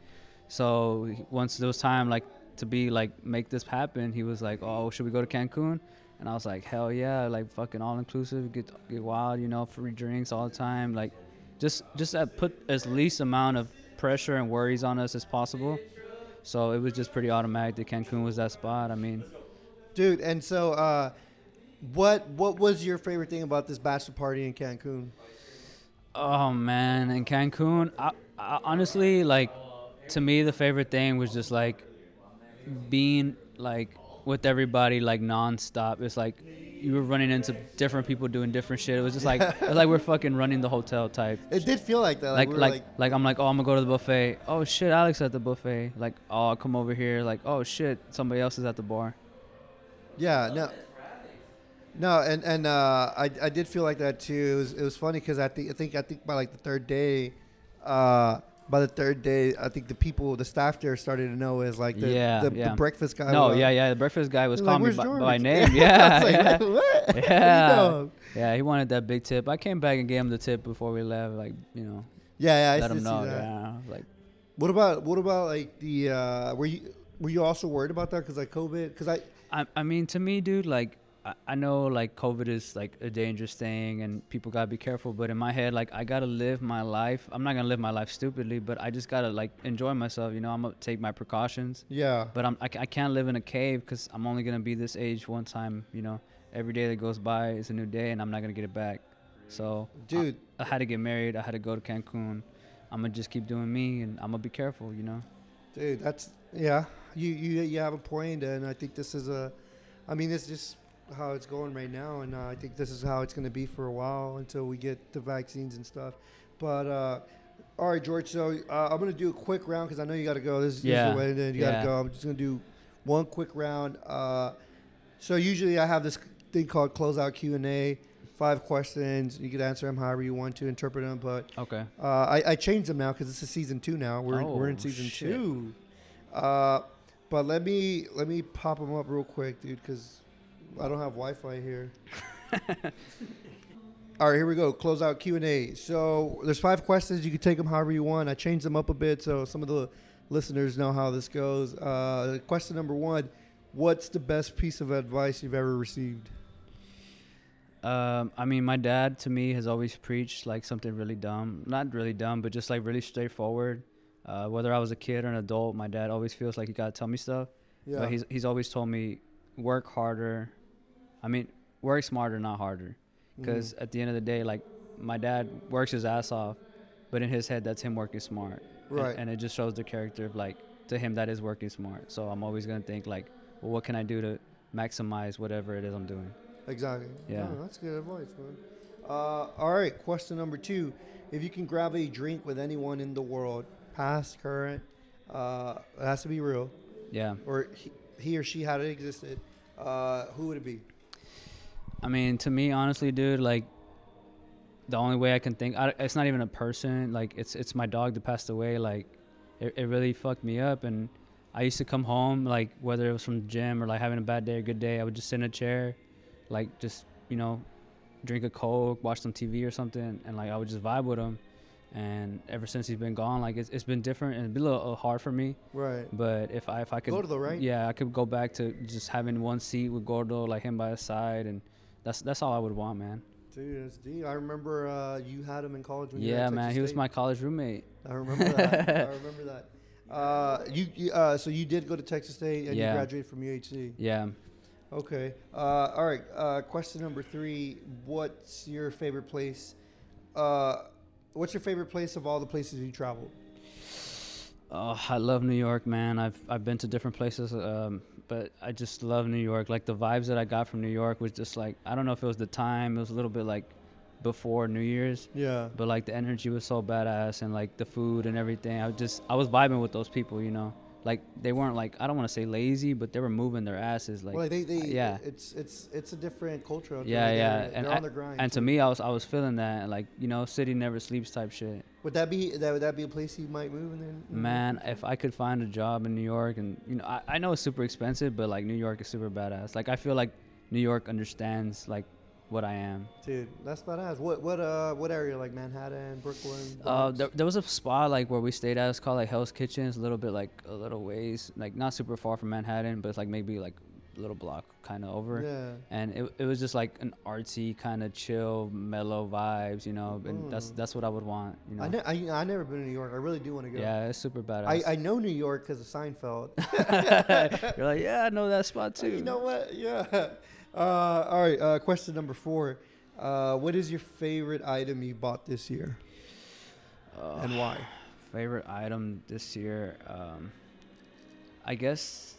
[SPEAKER 9] So he- once there was time like to be like make this happen, he was like, "Oh, should we go to Cancun?" And I was like, "Hell yeah! Like fucking all inclusive, get get wild, you know, free drinks all the time. Like, just just uh, put as least amount of pressure and worries on us as possible." So it was just pretty automatic that Cancun was that spot. I mean,
[SPEAKER 1] dude. And so, uh, what what was your favorite thing about this bachelor party in Cancun?
[SPEAKER 9] Oh man, in Cancun, I, I honestly like to me the favorite thing was just like being like with everybody like nonstop. It's like you were running into different people doing different shit. It was just like it was like we're fucking running the hotel type.
[SPEAKER 1] It did feel like that.
[SPEAKER 9] Like
[SPEAKER 1] we
[SPEAKER 9] like,
[SPEAKER 1] were
[SPEAKER 9] like I'm like oh I'm gonna go to the buffet. Oh shit, Alex at the buffet. Like oh I'll come over here. Like oh shit, somebody else is at the bar.
[SPEAKER 1] Yeah, no. No, and and uh, I I did feel like that too. It was it was funny because I think I think I think by like the third day, uh, by the third day, I think the people, the staff there started to know is like the
[SPEAKER 9] yeah,
[SPEAKER 1] the,
[SPEAKER 9] yeah.
[SPEAKER 1] the breakfast guy.
[SPEAKER 9] No,
[SPEAKER 1] was like-
[SPEAKER 9] yeah, yeah. The breakfast guy was
[SPEAKER 1] He's like,
[SPEAKER 9] calling
[SPEAKER 1] "Where's
[SPEAKER 9] me by,
[SPEAKER 1] Jordan?"
[SPEAKER 9] by name.
[SPEAKER 1] I
[SPEAKER 9] Yeah,
[SPEAKER 1] was
[SPEAKER 9] yeah.
[SPEAKER 1] like, "What? What do you
[SPEAKER 9] Yeah.
[SPEAKER 1] know?"
[SPEAKER 9] Yeah, he wanted that big tip. I came back and gave him the tip before we left. Like, you know,
[SPEAKER 1] yeah, yeah. I
[SPEAKER 9] let him
[SPEAKER 1] did see
[SPEAKER 9] know.
[SPEAKER 1] that.
[SPEAKER 9] Yeah, like,
[SPEAKER 1] What about what about like the uh, were you were you also worried about that because like COVID? Because I
[SPEAKER 9] I, I mean, to me, dude, like, I, I know like COVID is like a dangerous thing and people gotta be careful. But in my head, like, I gotta live my life. I'm not gonna live my life stupidly, but I just gotta like enjoy myself. You know, I'm gonna take my precautions.
[SPEAKER 1] yeah
[SPEAKER 9] But I'm, I, ca- I can't live in a cave because I'm only gonna be this age one time. You know, every day that goes by is a new day, and I'm not gonna get it back. So, I-
[SPEAKER 1] Dude.
[SPEAKER 9] I, had to get married. I had to go to Cancun. I'm gonna just keep doing me, and I'm gonna be careful. You know.
[SPEAKER 1] Dude, that's yeah. You you you have a point, and I think this is a. I mean, this is just how it's going right now, and uh, I think this is how it's going to be for a while until we get the vaccines and stuff. But uh, all right, George. So uh, I'm going to do a quick round because I know you got to go. This is
[SPEAKER 9] Yeah,
[SPEAKER 1] the way, and then you got
[SPEAKER 9] yeah.
[SPEAKER 1] to go. I'm just going to do one quick round. Uh, so usually I have this thing called closeout Q and A. Five questions. You could answer them however you want to interpret them, but
[SPEAKER 9] Okay.
[SPEAKER 1] uh, I, I changed them now because this is season two now. We're we're in
[SPEAKER 9] Oh,
[SPEAKER 1] season
[SPEAKER 9] shit.
[SPEAKER 1] two. Uh, but let me let me pop them up real quick, dude, because I don't have Wi-Fi here. All right, here we go. Close out Q and A. So there's five questions. You can take them however you want. I changed them up a bit so some of the listeners know how this goes. Uh, question number one: What's the best piece of advice you've ever received?
[SPEAKER 9] Um, I mean, my dad to me has always preached like something really dumb, not really dumb, but just like really straightforward. Uh, whether I was a kid or an adult, my dad always feels like he gotta tell me stuff.
[SPEAKER 1] Yeah,
[SPEAKER 9] But he's he's always told me work harder. I mean, work smarter, not harder.
[SPEAKER 1] Mm-hmm.
[SPEAKER 9] Because at the end of the day, like my dad works his ass off, but in his head, that's him working smart. And-
[SPEAKER 1] Mm-hmm. Right.
[SPEAKER 9] And, it just shows the character of like to him that is working smart. So I'm always gonna think like, well, what can I do to maximize whatever it is I'm doing?
[SPEAKER 1] Exactly.
[SPEAKER 9] Yeah.
[SPEAKER 1] No, that's good advice, man. Uh, all right. Question number two: If you can grab a drink with anyone in the world, past, current, uh, it has to be real,
[SPEAKER 9] Yeah.
[SPEAKER 1] or he, he or she had it existed. Uh, who would it be?
[SPEAKER 9] I mean, to me, honestly, dude, like the only way I can think, I, it's not even a person. Like it's it's my dog that passed away. Like it, it really fucked me up, and I used to come home like whether it was from the gym or like having a bad day or good day, I would just sit in a chair, like just you know, drink a coke, watch some TV or something, and like I would just vibe with him. And ever since he's been gone, like it's, it's been different and it's been a little uh, hard for me.
[SPEAKER 1] Right.
[SPEAKER 9] But if I if I could
[SPEAKER 1] Gordo, right?
[SPEAKER 9] Yeah, I could go back to just having one seat with Gordo, like him by his side, and that's that's all I would want, man.
[SPEAKER 1] Dude, that's deep. I remember uh, you had him in college. When you were
[SPEAKER 9] yeah,
[SPEAKER 1] at
[SPEAKER 9] man.
[SPEAKER 1] Texas
[SPEAKER 9] He was
[SPEAKER 1] State.
[SPEAKER 9] my college roommate.
[SPEAKER 1] I remember that. I remember that. Uh, you you, uh, so you did go to Texas State and
[SPEAKER 9] Yeah.
[SPEAKER 1] you graduated from UHC.
[SPEAKER 9] Yeah.
[SPEAKER 1] Okay. Uh, all right. Uh, question number three. What's your favorite place? Uh, what's your favorite place of all the places you traveled?
[SPEAKER 9] Oh, I love New York, man. I've I've been to different places, um, but I just love New York. Like the vibes that I got from New York was just like I don't know if it was the time. It was a little bit like before New Year's,
[SPEAKER 1] Yeah.
[SPEAKER 9] but like the energy was so badass and like the food and everything i was just i was vibing with those people you know like they weren't like i don't want to say lazy but they were moving their asses like uh,
[SPEAKER 1] Well, they, they
[SPEAKER 9] yeah.
[SPEAKER 1] It's it's it's a different culture. out there.
[SPEAKER 9] yeah
[SPEAKER 1] They're-
[SPEAKER 9] yeah
[SPEAKER 1] They're,
[SPEAKER 9] and,
[SPEAKER 1] on
[SPEAKER 9] I-
[SPEAKER 1] their grind.
[SPEAKER 9] and to me i was i was feeling that like you know city never sleeps type shit
[SPEAKER 1] would that be that would that be a place you might move and then?
[SPEAKER 9] man if i could find a job in new york and you know I, I know it's super expensive but like new york is super badass like i feel like new york understands like what I am.
[SPEAKER 1] Dude, that's badass. What what uh what area like Manhattan, Brooklyn?
[SPEAKER 9] Uh,
[SPEAKER 1] Bronx?
[SPEAKER 9] there, there was a spot like where we stayed at. It's called like Hell's Kitchen. It's a little bit like a little ways, like not super far from Manhattan, but it's like maybe like a little block kind of over.
[SPEAKER 1] Yeah.
[SPEAKER 9] And it, it was just like an artsy kind of chill, mellow vibes, you know. And that's
[SPEAKER 1] Mm.
[SPEAKER 9] that's what I would want, you know.
[SPEAKER 1] I, ne- I I never been to New York. I really do want to go.
[SPEAKER 9] yeah, it's super badass.
[SPEAKER 1] I, I know New York because of Seinfeld.
[SPEAKER 9] You're like, yeah, I know that spot too.
[SPEAKER 1] you know what? Yeah. Uh, all right. Uh, question number four. Uh, what is your favorite item you bought this year,
[SPEAKER 9] Uh,
[SPEAKER 1] and why?
[SPEAKER 9] favorite item this year um i guess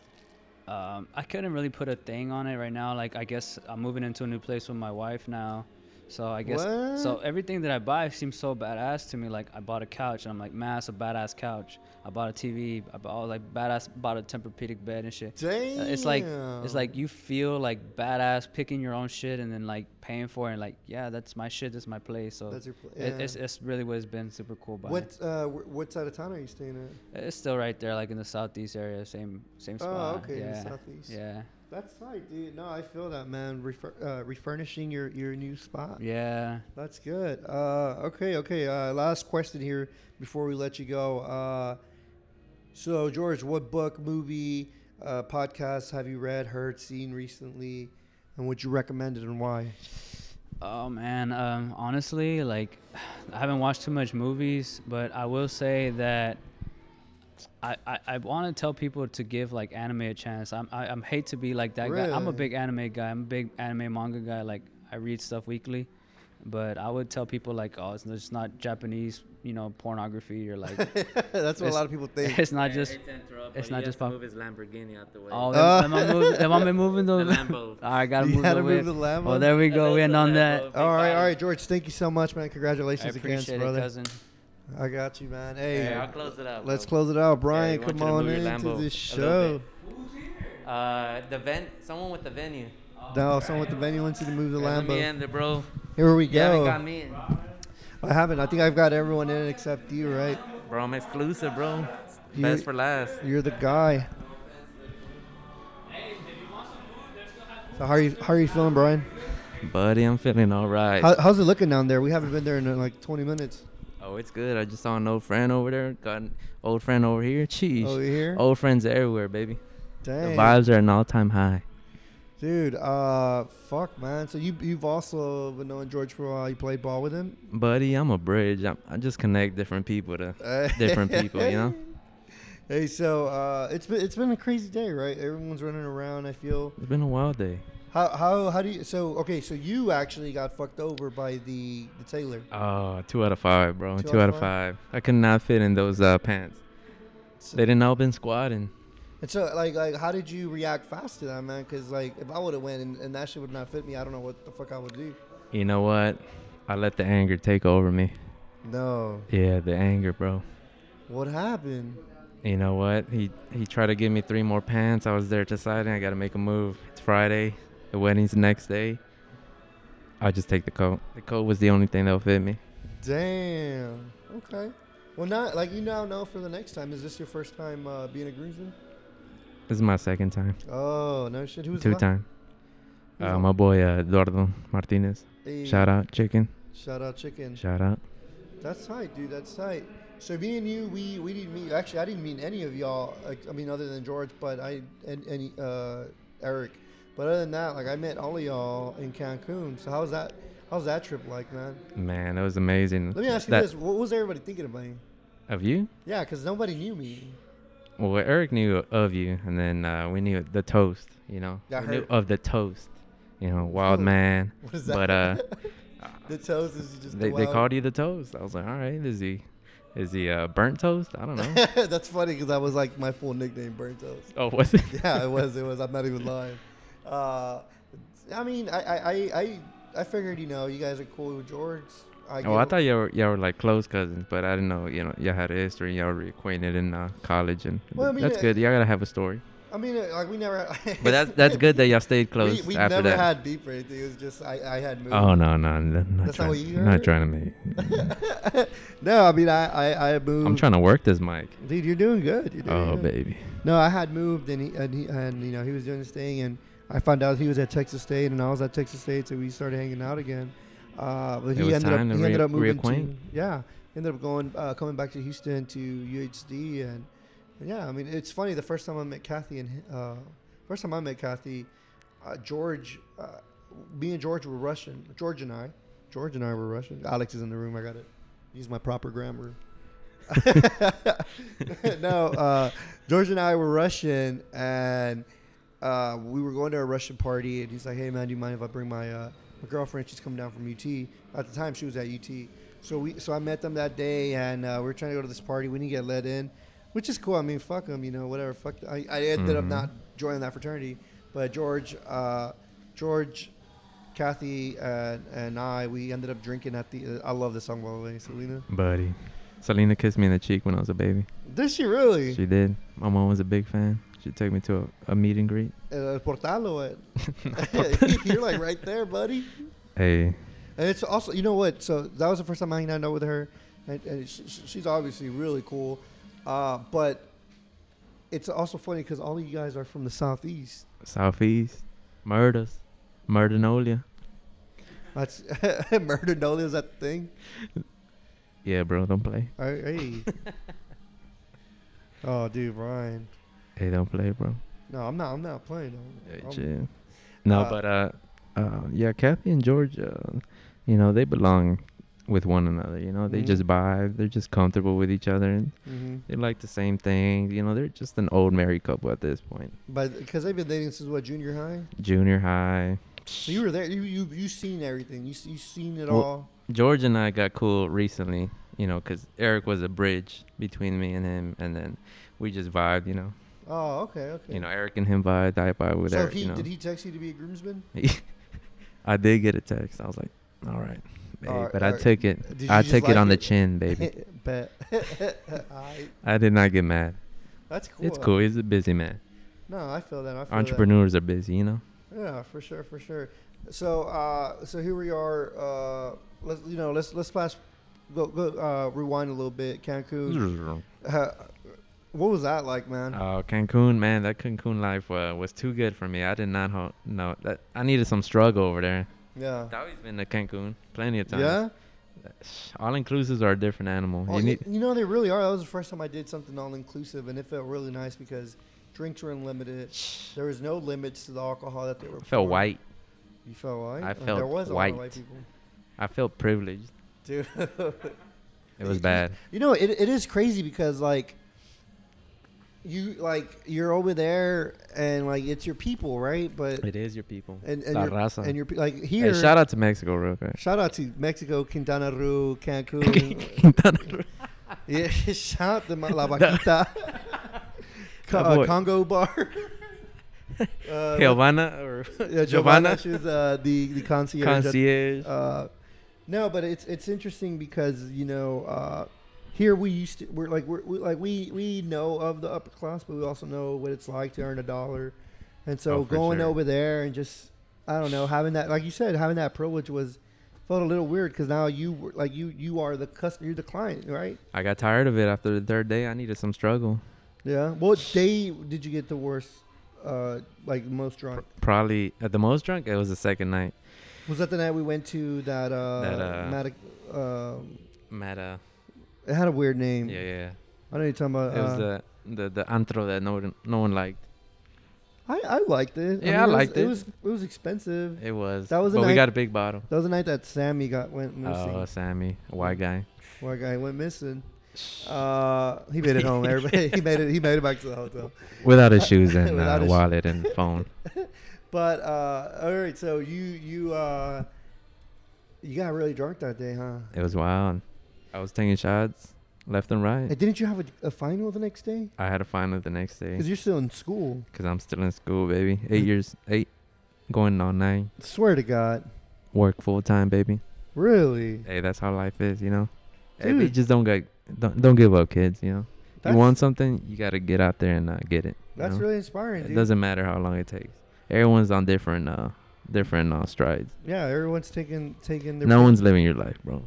[SPEAKER 9] um i couldn't really put a thing on it right now like i guess i'm moving into a new place with my wife now so i guess so
[SPEAKER 1] What?
[SPEAKER 9] everything that i buy seems so badass to me like i bought a couch and i'm like man that's a badass couch i bought a tv i bought like badass bought a tempur-pedic bed and shit Uh, it's like
[SPEAKER 1] Damn.
[SPEAKER 9] it's like you feel like badass picking your own shit and then like paying for it and like yeah that's my shit that's my place so
[SPEAKER 1] That's your pla-
[SPEAKER 9] it-
[SPEAKER 1] yeah.
[SPEAKER 9] it's, it's really what has been super cool about it.
[SPEAKER 1] What uh, wh- what side of town are you staying at?
[SPEAKER 9] It's still right there, like in the southeast area, same same spot.
[SPEAKER 1] Oh, okay, in
[SPEAKER 9] yeah.
[SPEAKER 1] the southeast.
[SPEAKER 9] Yeah,
[SPEAKER 1] That's tight, dude. No, I feel that, man. Refur- uh, refurnishing your, your new spot.
[SPEAKER 9] yeah.
[SPEAKER 1] That's good. Uh, okay, okay. Uh, last question here before we let you go. Uh, so, George, what book, movie, uh, podcast have you read, heard, seen recently, and would you recommend it and why?
[SPEAKER 9] Oh man, um, honestly, like I haven't watched too much movies, but I will say that I I, I want to tell people to give like anime a chance. I'm I, I'm hate to be like that guy. I'm a
[SPEAKER 1] Really?
[SPEAKER 9] big anime guy. I'm a big anime manga guy. Like I read stuff weekly. But I would tell people like, oh, it's it's not Japanese, you know, pornography or like.
[SPEAKER 1] That's what a
[SPEAKER 9] it's-
[SPEAKER 1] lot of people think.
[SPEAKER 9] It's not just.
[SPEAKER 3] Hate to interrupt, but
[SPEAKER 9] it's
[SPEAKER 3] he
[SPEAKER 9] not
[SPEAKER 3] has
[SPEAKER 9] just
[SPEAKER 3] to
[SPEAKER 9] pop-
[SPEAKER 3] move his Lamborghini out the way.
[SPEAKER 9] Oh,
[SPEAKER 1] Uh,
[SPEAKER 9] am I moving? Am I been moving the?
[SPEAKER 3] The Lambo.
[SPEAKER 9] All right, gotta
[SPEAKER 1] You
[SPEAKER 9] move
[SPEAKER 1] gotta
[SPEAKER 9] the whip.
[SPEAKER 1] move the Lambo.
[SPEAKER 9] Oh, there we
[SPEAKER 3] Yeah,
[SPEAKER 9] go.
[SPEAKER 3] that's
[SPEAKER 9] In
[SPEAKER 3] the
[SPEAKER 9] on
[SPEAKER 3] Lambo.
[SPEAKER 9] that.
[SPEAKER 1] all right,
[SPEAKER 3] body.
[SPEAKER 1] all right, George. Thank you so much, man.
[SPEAKER 9] I
[SPEAKER 1] Congratulations again,
[SPEAKER 9] appreciate it,
[SPEAKER 1] brother.
[SPEAKER 9] eh, cousin.
[SPEAKER 1] I got you, man. Hey,
[SPEAKER 3] Hey, I'll close it out.
[SPEAKER 1] let's
[SPEAKER 3] bro.
[SPEAKER 1] close it out.
[SPEAKER 3] we
[SPEAKER 1] Brian,
[SPEAKER 3] want
[SPEAKER 1] come
[SPEAKER 3] you to
[SPEAKER 1] on
[SPEAKER 3] move your
[SPEAKER 1] into
[SPEAKER 3] Lambo
[SPEAKER 1] this
[SPEAKER 3] a little
[SPEAKER 1] show.
[SPEAKER 3] bit. Uh, the ven- someone with the venue.
[SPEAKER 1] No, someone with the venue wants you to move the
[SPEAKER 3] Let me
[SPEAKER 1] Lambo.
[SPEAKER 3] end it, bro.
[SPEAKER 1] Here we
[SPEAKER 3] You haven't
[SPEAKER 1] go.
[SPEAKER 3] got me in.
[SPEAKER 1] I haven't. I think I've got everyone in except you, right?
[SPEAKER 3] Bro, I'm exclusive, bro.
[SPEAKER 1] You-
[SPEAKER 3] Best for last.
[SPEAKER 1] You're the guy. So how are you? How are you feeling, Brian?
[SPEAKER 3] Buddy, I'm feeling all right.
[SPEAKER 1] How, how's it looking down there? We haven't been there in uh, like 20 minutes.
[SPEAKER 3] oh, it's good. I just saw an old friend over there. Got an old friend over here. Cheese.
[SPEAKER 1] Over here,
[SPEAKER 3] Old friends everywhere, baby.
[SPEAKER 1] dang,
[SPEAKER 3] Oh, The vibes are at an all-time high.
[SPEAKER 1] dude. Uh, fuck, man. So you you've also been knowing George for a while. You played ball with him.
[SPEAKER 3] Buddy, I'm a bridge. I'm, I just connect different people to
[SPEAKER 1] Uh,
[SPEAKER 3] different people, you know?
[SPEAKER 1] Hey, so uh, it's been it's been a crazy day, right? Everyone's running around. I feel.
[SPEAKER 3] It's been a wild day.
[SPEAKER 1] How how how do you? So okay, so you actually got fucked over by the the tailor.
[SPEAKER 3] Oh, two out of five, bro.
[SPEAKER 1] Two
[SPEAKER 3] Two,
[SPEAKER 1] out
[SPEAKER 3] out
[SPEAKER 1] of
[SPEAKER 3] of five. I could not fit in those uh, pants.
[SPEAKER 1] So-
[SPEAKER 3] They didn't open squatting.
[SPEAKER 1] And so, like, like, how did you react fast to that, man? Because, like, if I would have went and, and that shit would not fit me, I don't know what the fuck I would do.
[SPEAKER 3] You know what? I let the anger take over me.
[SPEAKER 1] No.
[SPEAKER 3] Yeah, the anger, bro.
[SPEAKER 1] What happened?
[SPEAKER 3] You know what? He he tried to give me three more pants. I was there deciding I got to make a move. It's Friday. The wedding's the next day. I just take the coat. The coat was the only thing that'll fit me.
[SPEAKER 1] Damn. Okay. Well, not like you now know for the next time. Is this your first time uh, being a groomsman?
[SPEAKER 3] This is my second time.
[SPEAKER 1] Oh no shit. Who was
[SPEAKER 3] Two
[SPEAKER 1] the-
[SPEAKER 3] time.
[SPEAKER 1] who was
[SPEAKER 3] Uh,
[SPEAKER 1] the-
[SPEAKER 3] my boy uh, Eduardo Martinez.
[SPEAKER 1] Hey,
[SPEAKER 3] Shout out, chicken.
[SPEAKER 1] Shout out, chicken.
[SPEAKER 3] Shout out.
[SPEAKER 1] That's tight, dude. That's tight. So me and you, we we didn't meet. Actually, I didn't meet any of y'all. Like, I mean, other than George, but I and, and uh, Eric. But other than that, like I met all of y'all in Cancun. So how's that? How's that trip like, man?
[SPEAKER 3] Man, that was amazing.
[SPEAKER 1] Let me ask you
[SPEAKER 3] That-
[SPEAKER 1] this: What was everybody thinking of me?
[SPEAKER 3] Of you?
[SPEAKER 1] Yeah, because nobody knew me.
[SPEAKER 3] Well, Eric knew of you, and then uh, we knew the toast. You know,
[SPEAKER 1] Yeah, I
[SPEAKER 3] we knew
[SPEAKER 1] heard.
[SPEAKER 3] of the toast. You know, wild
[SPEAKER 1] Ooh.
[SPEAKER 3] man.
[SPEAKER 1] What is that?
[SPEAKER 3] But uh,
[SPEAKER 1] the toes is just
[SPEAKER 3] they,
[SPEAKER 1] the
[SPEAKER 3] they
[SPEAKER 1] wild-
[SPEAKER 3] called you the toast. I was like, all right, is he, is he uh, burnt toast? I don't know.
[SPEAKER 1] That's funny because that was like my full nickname, burnt toes.
[SPEAKER 3] oh, was it?
[SPEAKER 1] yeah, it was. It was. I'm not even lying. Uh, I mean, I, I, I, I, I figured, you know, you guys are cool with George. I
[SPEAKER 3] oh, I
[SPEAKER 1] get-
[SPEAKER 3] thought y'all were, y'all were like close cousins, but I didn't know. You know, y'all had a history. Y'all were acquainted in uh, college, and
[SPEAKER 1] Well, I mean,
[SPEAKER 3] that's
[SPEAKER 1] uh,
[SPEAKER 3] good. Y'all gotta have a story.
[SPEAKER 1] I mean, uh, like we never.
[SPEAKER 3] But that's that's good that y'all stayed close
[SPEAKER 1] we we
[SPEAKER 3] after
[SPEAKER 1] never
[SPEAKER 3] that.
[SPEAKER 1] had beef or anything. It was just I, I had. Moved.
[SPEAKER 3] oh no, no, no not
[SPEAKER 1] That's not
[SPEAKER 3] trying,
[SPEAKER 1] what you
[SPEAKER 3] not
[SPEAKER 1] heard?
[SPEAKER 3] trying to make.
[SPEAKER 1] no, I mean, I, I, I moved.
[SPEAKER 3] I'm trying to work this mic.
[SPEAKER 1] Dude, you're doing good. You're doing
[SPEAKER 3] Oh
[SPEAKER 1] good.
[SPEAKER 3] baby.
[SPEAKER 1] No, I had moved and he and, he, and you know he was doing his thing and I found out he was at Texas State and I was at Texas State, so we started hanging out again. Uh, but
[SPEAKER 3] It
[SPEAKER 1] he
[SPEAKER 3] was
[SPEAKER 1] ended up
[SPEAKER 3] time to
[SPEAKER 1] he ended
[SPEAKER 3] re-
[SPEAKER 1] up moving
[SPEAKER 3] reacquaint.
[SPEAKER 1] to yeah, ended up going uh, coming back to Houston to UHD and, and yeah, I mean it's funny the first time I met Kathy and uh, first time I met Kathy, uh, George, uh, me and George were Russian. George and I, George and I were Russian. Alex is in the room. I got to use my proper grammar. no, uh, George and I were Russian, and uh, we were going to a Russian party, and he's like, "Hey man, do you mind if I bring my uh, my girlfriend? She's coming down from UT. At the time, she was at UT. So we so I met them that day, and uh, we were trying to go to this party. We didn't get let in, which is cool. I mean, fuck them, you know, whatever. Fuck. th- I, I ended up
[SPEAKER 3] Mhm.
[SPEAKER 1] not joining that fraternity, but George, uh, George. Kathy and, and I, we ended up drinking at the. uh, I love this song by the way, Selena.
[SPEAKER 3] buddy. Selena kissed me in the cheek when I was a baby.
[SPEAKER 1] Did she really?
[SPEAKER 3] She did. My mom was a big fan. She took me to a, a meet and greet.
[SPEAKER 1] uh, Portal or what? You're like right there, buddy.
[SPEAKER 3] Hey,
[SPEAKER 1] And it's also, you know what? So that was the first time I hung out with her, and, and sh sh- she's obviously really cool. Uh, but it's also funny because all of you guys are from the southeast.
[SPEAKER 3] Southeast, murders, murdernolia.
[SPEAKER 1] That's murder. Nola is that the thing?
[SPEAKER 3] Yeah, bro, don't play.
[SPEAKER 1] All right, Hey. oh, dude, Brian.
[SPEAKER 3] Hey, don't play, bro.
[SPEAKER 1] No, I'm not. I'm not playing.
[SPEAKER 3] Hey,
[SPEAKER 1] I'm- I'm-
[SPEAKER 3] chill. No,
[SPEAKER 1] Oh. Uh,
[SPEAKER 3] but uh, uh, yeah, Kathy and George, uh, you know, they belong with one another. You know, they
[SPEAKER 1] Mhm.
[SPEAKER 3] just vibe. They're just comfortable with each other, and
[SPEAKER 1] Mhm.
[SPEAKER 3] they like the same thing. You know, they're just an old married couple at this point.
[SPEAKER 1] But because they've been dating since what junior high,
[SPEAKER 3] Junior high.
[SPEAKER 1] so you were there. You you you seen everything. You s- you seen it
[SPEAKER 3] Well,
[SPEAKER 1] all.
[SPEAKER 3] George and I got cool recently, you know, 'cause Eric was a bridge between me and him, and then we just vibed, you know.
[SPEAKER 1] Oh, okay, okay.
[SPEAKER 3] You know, Eric and him vibed, I vibed with
[SPEAKER 1] so
[SPEAKER 3] Eric.
[SPEAKER 1] he
[SPEAKER 3] you know.
[SPEAKER 1] did he text you to be a groomsman?
[SPEAKER 3] I did get a text. I was like, all right, babe,"
[SPEAKER 1] Alright,
[SPEAKER 3] but I
[SPEAKER 1] alright.
[SPEAKER 3] took it.
[SPEAKER 1] Did you
[SPEAKER 3] I
[SPEAKER 1] just
[SPEAKER 3] took it
[SPEAKER 1] like
[SPEAKER 3] on the
[SPEAKER 1] it?
[SPEAKER 3] chin, baby.
[SPEAKER 1] Bet. Aight.
[SPEAKER 3] I did not get mad.
[SPEAKER 1] That's cool.
[SPEAKER 3] It's cool. He's a busy man.
[SPEAKER 1] No, I feel that. I feel
[SPEAKER 3] Entrepreneurs are busy, you know.
[SPEAKER 1] That. Yeah, for sure, for sure. So, uh, so here we are. Uh, let's you know, let's let's flash, go go uh, rewind a little bit. Cancun.
[SPEAKER 3] Mm.
[SPEAKER 1] Uh, what was that like, man?
[SPEAKER 3] Oh, Cancun, man, that Cancun life uh, was too good for me. I did not ho- know that I needed some struggle over there.
[SPEAKER 1] yeah.
[SPEAKER 3] I've always been to Cancun plenty of times.
[SPEAKER 1] Yeah.
[SPEAKER 3] All inclusives are a different animal.
[SPEAKER 1] Oh,
[SPEAKER 3] you
[SPEAKER 1] you,
[SPEAKER 3] need
[SPEAKER 1] you know they really are. That was the first time I did something all inclusive, and it felt really nice because drinks were unlimited. There was no limits to the alcohol that they were.
[SPEAKER 3] I felt
[SPEAKER 1] pouring.
[SPEAKER 3] white.
[SPEAKER 1] You felt white.
[SPEAKER 3] I
[SPEAKER 1] Oh,
[SPEAKER 3] felt
[SPEAKER 1] there was A lot
[SPEAKER 3] white.
[SPEAKER 1] of white people.
[SPEAKER 3] I felt privileged.
[SPEAKER 1] Dude.
[SPEAKER 3] It was bad.
[SPEAKER 1] You know, it, it is crazy because like you like you're over there and like it's your people, right? But
[SPEAKER 3] It is your people.
[SPEAKER 1] and and
[SPEAKER 3] La
[SPEAKER 1] your,
[SPEAKER 3] raza.
[SPEAKER 1] and your pe- like
[SPEAKER 3] Hey,
[SPEAKER 1] here.
[SPEAKER 3] shout out to Mexico real quick.
[SPEAKER 1] shout out to Mexico, Quintana Roo, Cancun. yeah, shout out to my, La Vaquita, Co-
[SPEAKER 3] That
[SPEAKER 1] uh,
[SPEAKER 3] boy.
[SPEAKER 1] Congo Bar. uh,
[SPEAKER 3] Giovanna or
[SPEAKER 1] yeah, Giovanna,
[SPEAKER 3] Giovanna?
[SPEAKER 1] she was uh, the the concierge. at the
[SPEAKER 3] concierge.
[SPEAKER 1] uh, no, but it's it's interesting because you know uh, here we used to we're like we're, we like we we know of the upper class, but we also know what it's like to earn a dollar, and so
[SPEAKER 3] Oh, for
[SPEAKER 1] going
[SPEAKER 3] sure.
[SPEAKER 1] over there and just I don't know having that like you said having that privilege was felt a little weird because now you were like you you are the customer you're the client right
[SPEAKER 3] I got tired of it after the third day. I needed some struggle.
[SPEAKER 1] yeah what day did you get the worst uh like most drunk
[SPEAKER 3] Probably at the most drunk, it was the second night.
[SPEAKER 1] was that the night we went to that uh,
[SPEAKER 3] That, uh,
[SPEAKER 1] Madac- um,
[SPEAKER 3] Meta.
[SPEAKER 1] it had a weird
[SPEAKER 3] Yeah,
[SPEAKER 1] name
[SPEAKER 3] uh, yeah. yeah.
[SPEAKER 1] I know you're talking about
[SPEAKER 3] it was
[SPEAKER 1] uh,
[SPEAKER 3] the, the the antro that no one no one liked.
[SPEAKER 1] I, I liked it.
[SPEAKER 3] Yeah, I
[SPEAKER 1] mean,
[SPEAKER 3] liked
[SPEAKER 1] it.
[SPEAKER 3] it.
[SPEAKER 1] was- It was it was expensive.
[SPEAKER 3] It was.
[SPEAKER 1] That was a
[SPEAKER 3] But we
[SPEAKER 1] night-
[SPEAKER 3] got a big bottle.
[SPEAKER 1] That was the night that Sammy got went missing.
[SPEAKER 3] Oh, Sammy, a white guy.
[SPEAKER 1] Why guy went missing? Uh, he made it home. Everybody, he made it. He made it back to the hotel.
[SPEAKER 3] Without his shoes and
[SPEAKER 1] Without
[SPEAKER 3] uh,
[SPEAKER 1] his-
[SPEAKER 3] wallet and phone.
[SPEAKER 1] But uh, all right, so you you uh, you got really drunk that day, huh?
[SPEAKER 3] It was wild. I was taking shots left and right.
[SPEAKER 1] And didn't you have a, a final the next day?
[SPEAKER 3] I had a final the next day
[SPEAKER 1] Because you're still in school.
[SPEAKER 3] because I'm still in school, baby. Eight years, eight, going on nine.
[SPEAKER 1] Swear to God,
[SPEAKER 3] Work full time, baby.
[SPEAKER 1] really?
[SPEAKER 3] Hey, that's how life is, you know. Hey, but you
[SPEAKER 1] Dude.
[SPEAKER 3] just don't get, don't, don't give up, kids. You know,
[SPEAKER 1] That's-
[SPEAKER 3] you want something, you gotta get out there and uh, get it. you
[SPEAKER 1] That's
[SPEAKER 3] know?
[SPEAKER 1] really inspiring,
[SPEAKER 3] It
[SPEAKER 1] dude.
[SPEAKER 3] doesn't matter how long it takes. Everyone's on different, uh, different uh, strides.
[SPEAKER 1] Yeah, everyone's taking taking their.
[SPEAKER 3] No one's living your life, bro.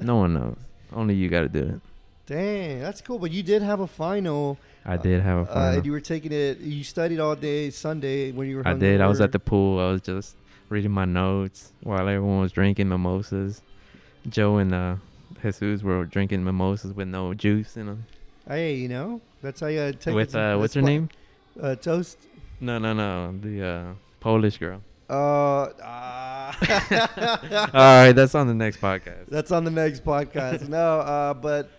[SPEAKER 3] no one knows. Only you gotta do it.
[SPEAKER 1] Dang, that's cool. But you did have a final.
[SPEAKER 3] I did have a
[SPEAKER 1] Uh,
[SPEAKER 3] final.
[SPEAKER 1] and you were taking it. You studied all day Sunday when you were.
[SPEAKER 3] I did. I was
[SPEAKER 1] hungover.
[SPEAKER 3] at the pool. I was just reading my notes while everyone was drinking mimosas. Joe and uh, Jesus were drinking mimosas with no juice in them.
[SPEAKER 1] Hey, you know that's how you gotta take.
[SPEAKER 3] with
[SPEAKER 1] it.
[SPEAKER 3] uh, what's
[SPEAKER 1] That's
[SPEAKER 3] her
[SPEAKER 1] why-
[SPEAKER 3] name?
[SPEAKER 1] Uh, toast.
[SPEAKER 3] No, no, no. The uh, Polish girl.
[SPEAKER 1] Uh, ah.
[SPEAKER 3] All right, that's on the next podcast.
[SPEAKER 1] That's on the next podcast. no, uh, but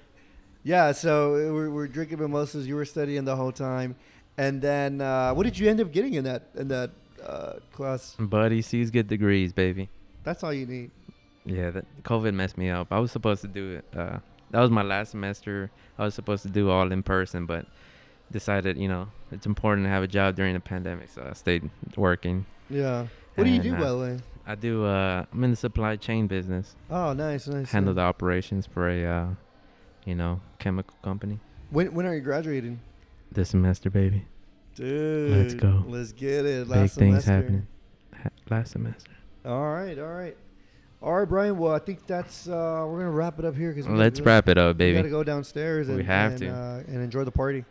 [SPEAKER 1] yeah, so we're, we're drinking mimosas. You were studying the whole time, and then uh, what did you end up getting in that in that uh, class?
[SPEAKER 3] Buddy, C's get degrees, baby.
[SPEAKER 1] That's all you need.
[SPEAKER 3] Yeah, that COVID messed me up. I was supposed to do it. Uh, that was my last semester. I was supposed to do all in person, but decided, you know, it's important to have a job during the pandemic, so I stayed working.
[SPEAKER 1] Yeah. What do you
[SPEAKER 3] And,
[SPEAKER 1] do
[SPEAKER 3] uh,
[SPEAKER 1] by the way?
[SPEAKER 3] I do. Uh, I'm in the supply chain business.
[SPEAKER 1] Oh, nice, nice.
[SPEAKER 3] handle
[SPEAKER 1] nice.
[SPEAKER 3] the operations for a, uh, you know, chemical company
[SPEAKER 1] When when are you graduating?
[SPEAKER 3] this semester, baby.
[SPEAKER 1] Dude,
[SPEAKER 3] go.
[SPEAKER 1] Let's get it.
[SPEAKER 3] Big
[SPEAKER 1] Last
[SPEAKER 3] things
[SPEAKER 1] semester.
[SPEAKER 3] happening. Ha- last semester.
[SPEAKER 1] All right, all right, all right, Brian. Well, I think that's uh, we're gonna wrap it up here because
[SPEAKER 3] Let's wrap it up,
[SPEAKER 1] We
[SPEAKER 3] baby.
[SPEAKER 1] gotta go downstairs.
[SPEAKER 3] We
[SPEAKER 1] And,
[SPEAKER 3] have
[SPEAKER 1] and,
[SPEAKER 3] to.
[SPEAKER 1] uh, and enjoy the party.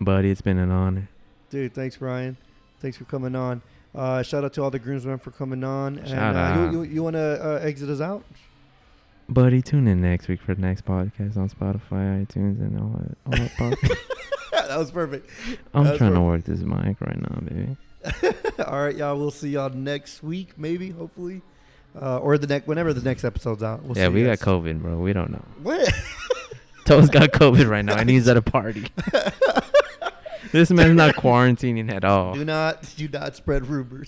[SPEAKER 3] Buddy, it's been an honor.
[SPEAKER 1] Dude, thanks, Brian. Thanks for coming on. Uh, shout out to all the groomsmen for coming on. And,
[SPEAKER 3] Shout
[SPEAKER 1] uh,
[SPEAKER 3] out.
[SPEAKER 1] You, you, you want to uh, exit us out?
[SPEAKER 3] Buddy, tune in next week for the next podcast on Spotify, iTunes, and all that. All that podcast.
[SPEAKER 1] that was perfect.
[SPEAKER 3] I'm
[SPEAKER 1] That was
[SPEAKER 3] trying to
[SPEAKER 1] perfect.
[SPEAKER 3] work this mic right now, baby.
[SPEAKER 1] all right, y'all. We'll see y'all next week, maybe, hopefully, uh, or the next whenever the next episode's out. We'll
[SPEAKER 3] yeah,
[SPEAKER 1] see
[SPEAKER 3] we
[SPEAKER 1] you
[SPEAKER 3] got
[SPEAKER 1] guys.
[SPEAKER 3] COVID, bro. We don't know.
[SPEAKER 1] What?
[SPEAKER 3] Toad's got COVID right now, and he's at a party. this man's not quarantining at all.
[SPEAKER 1] Do not, do not spread rumors.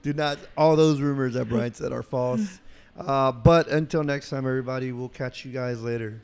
[SPEAKER 1] do not. All those rumors that Brian said are false. Uh, but until next time, everybody, we'll catch you guys later.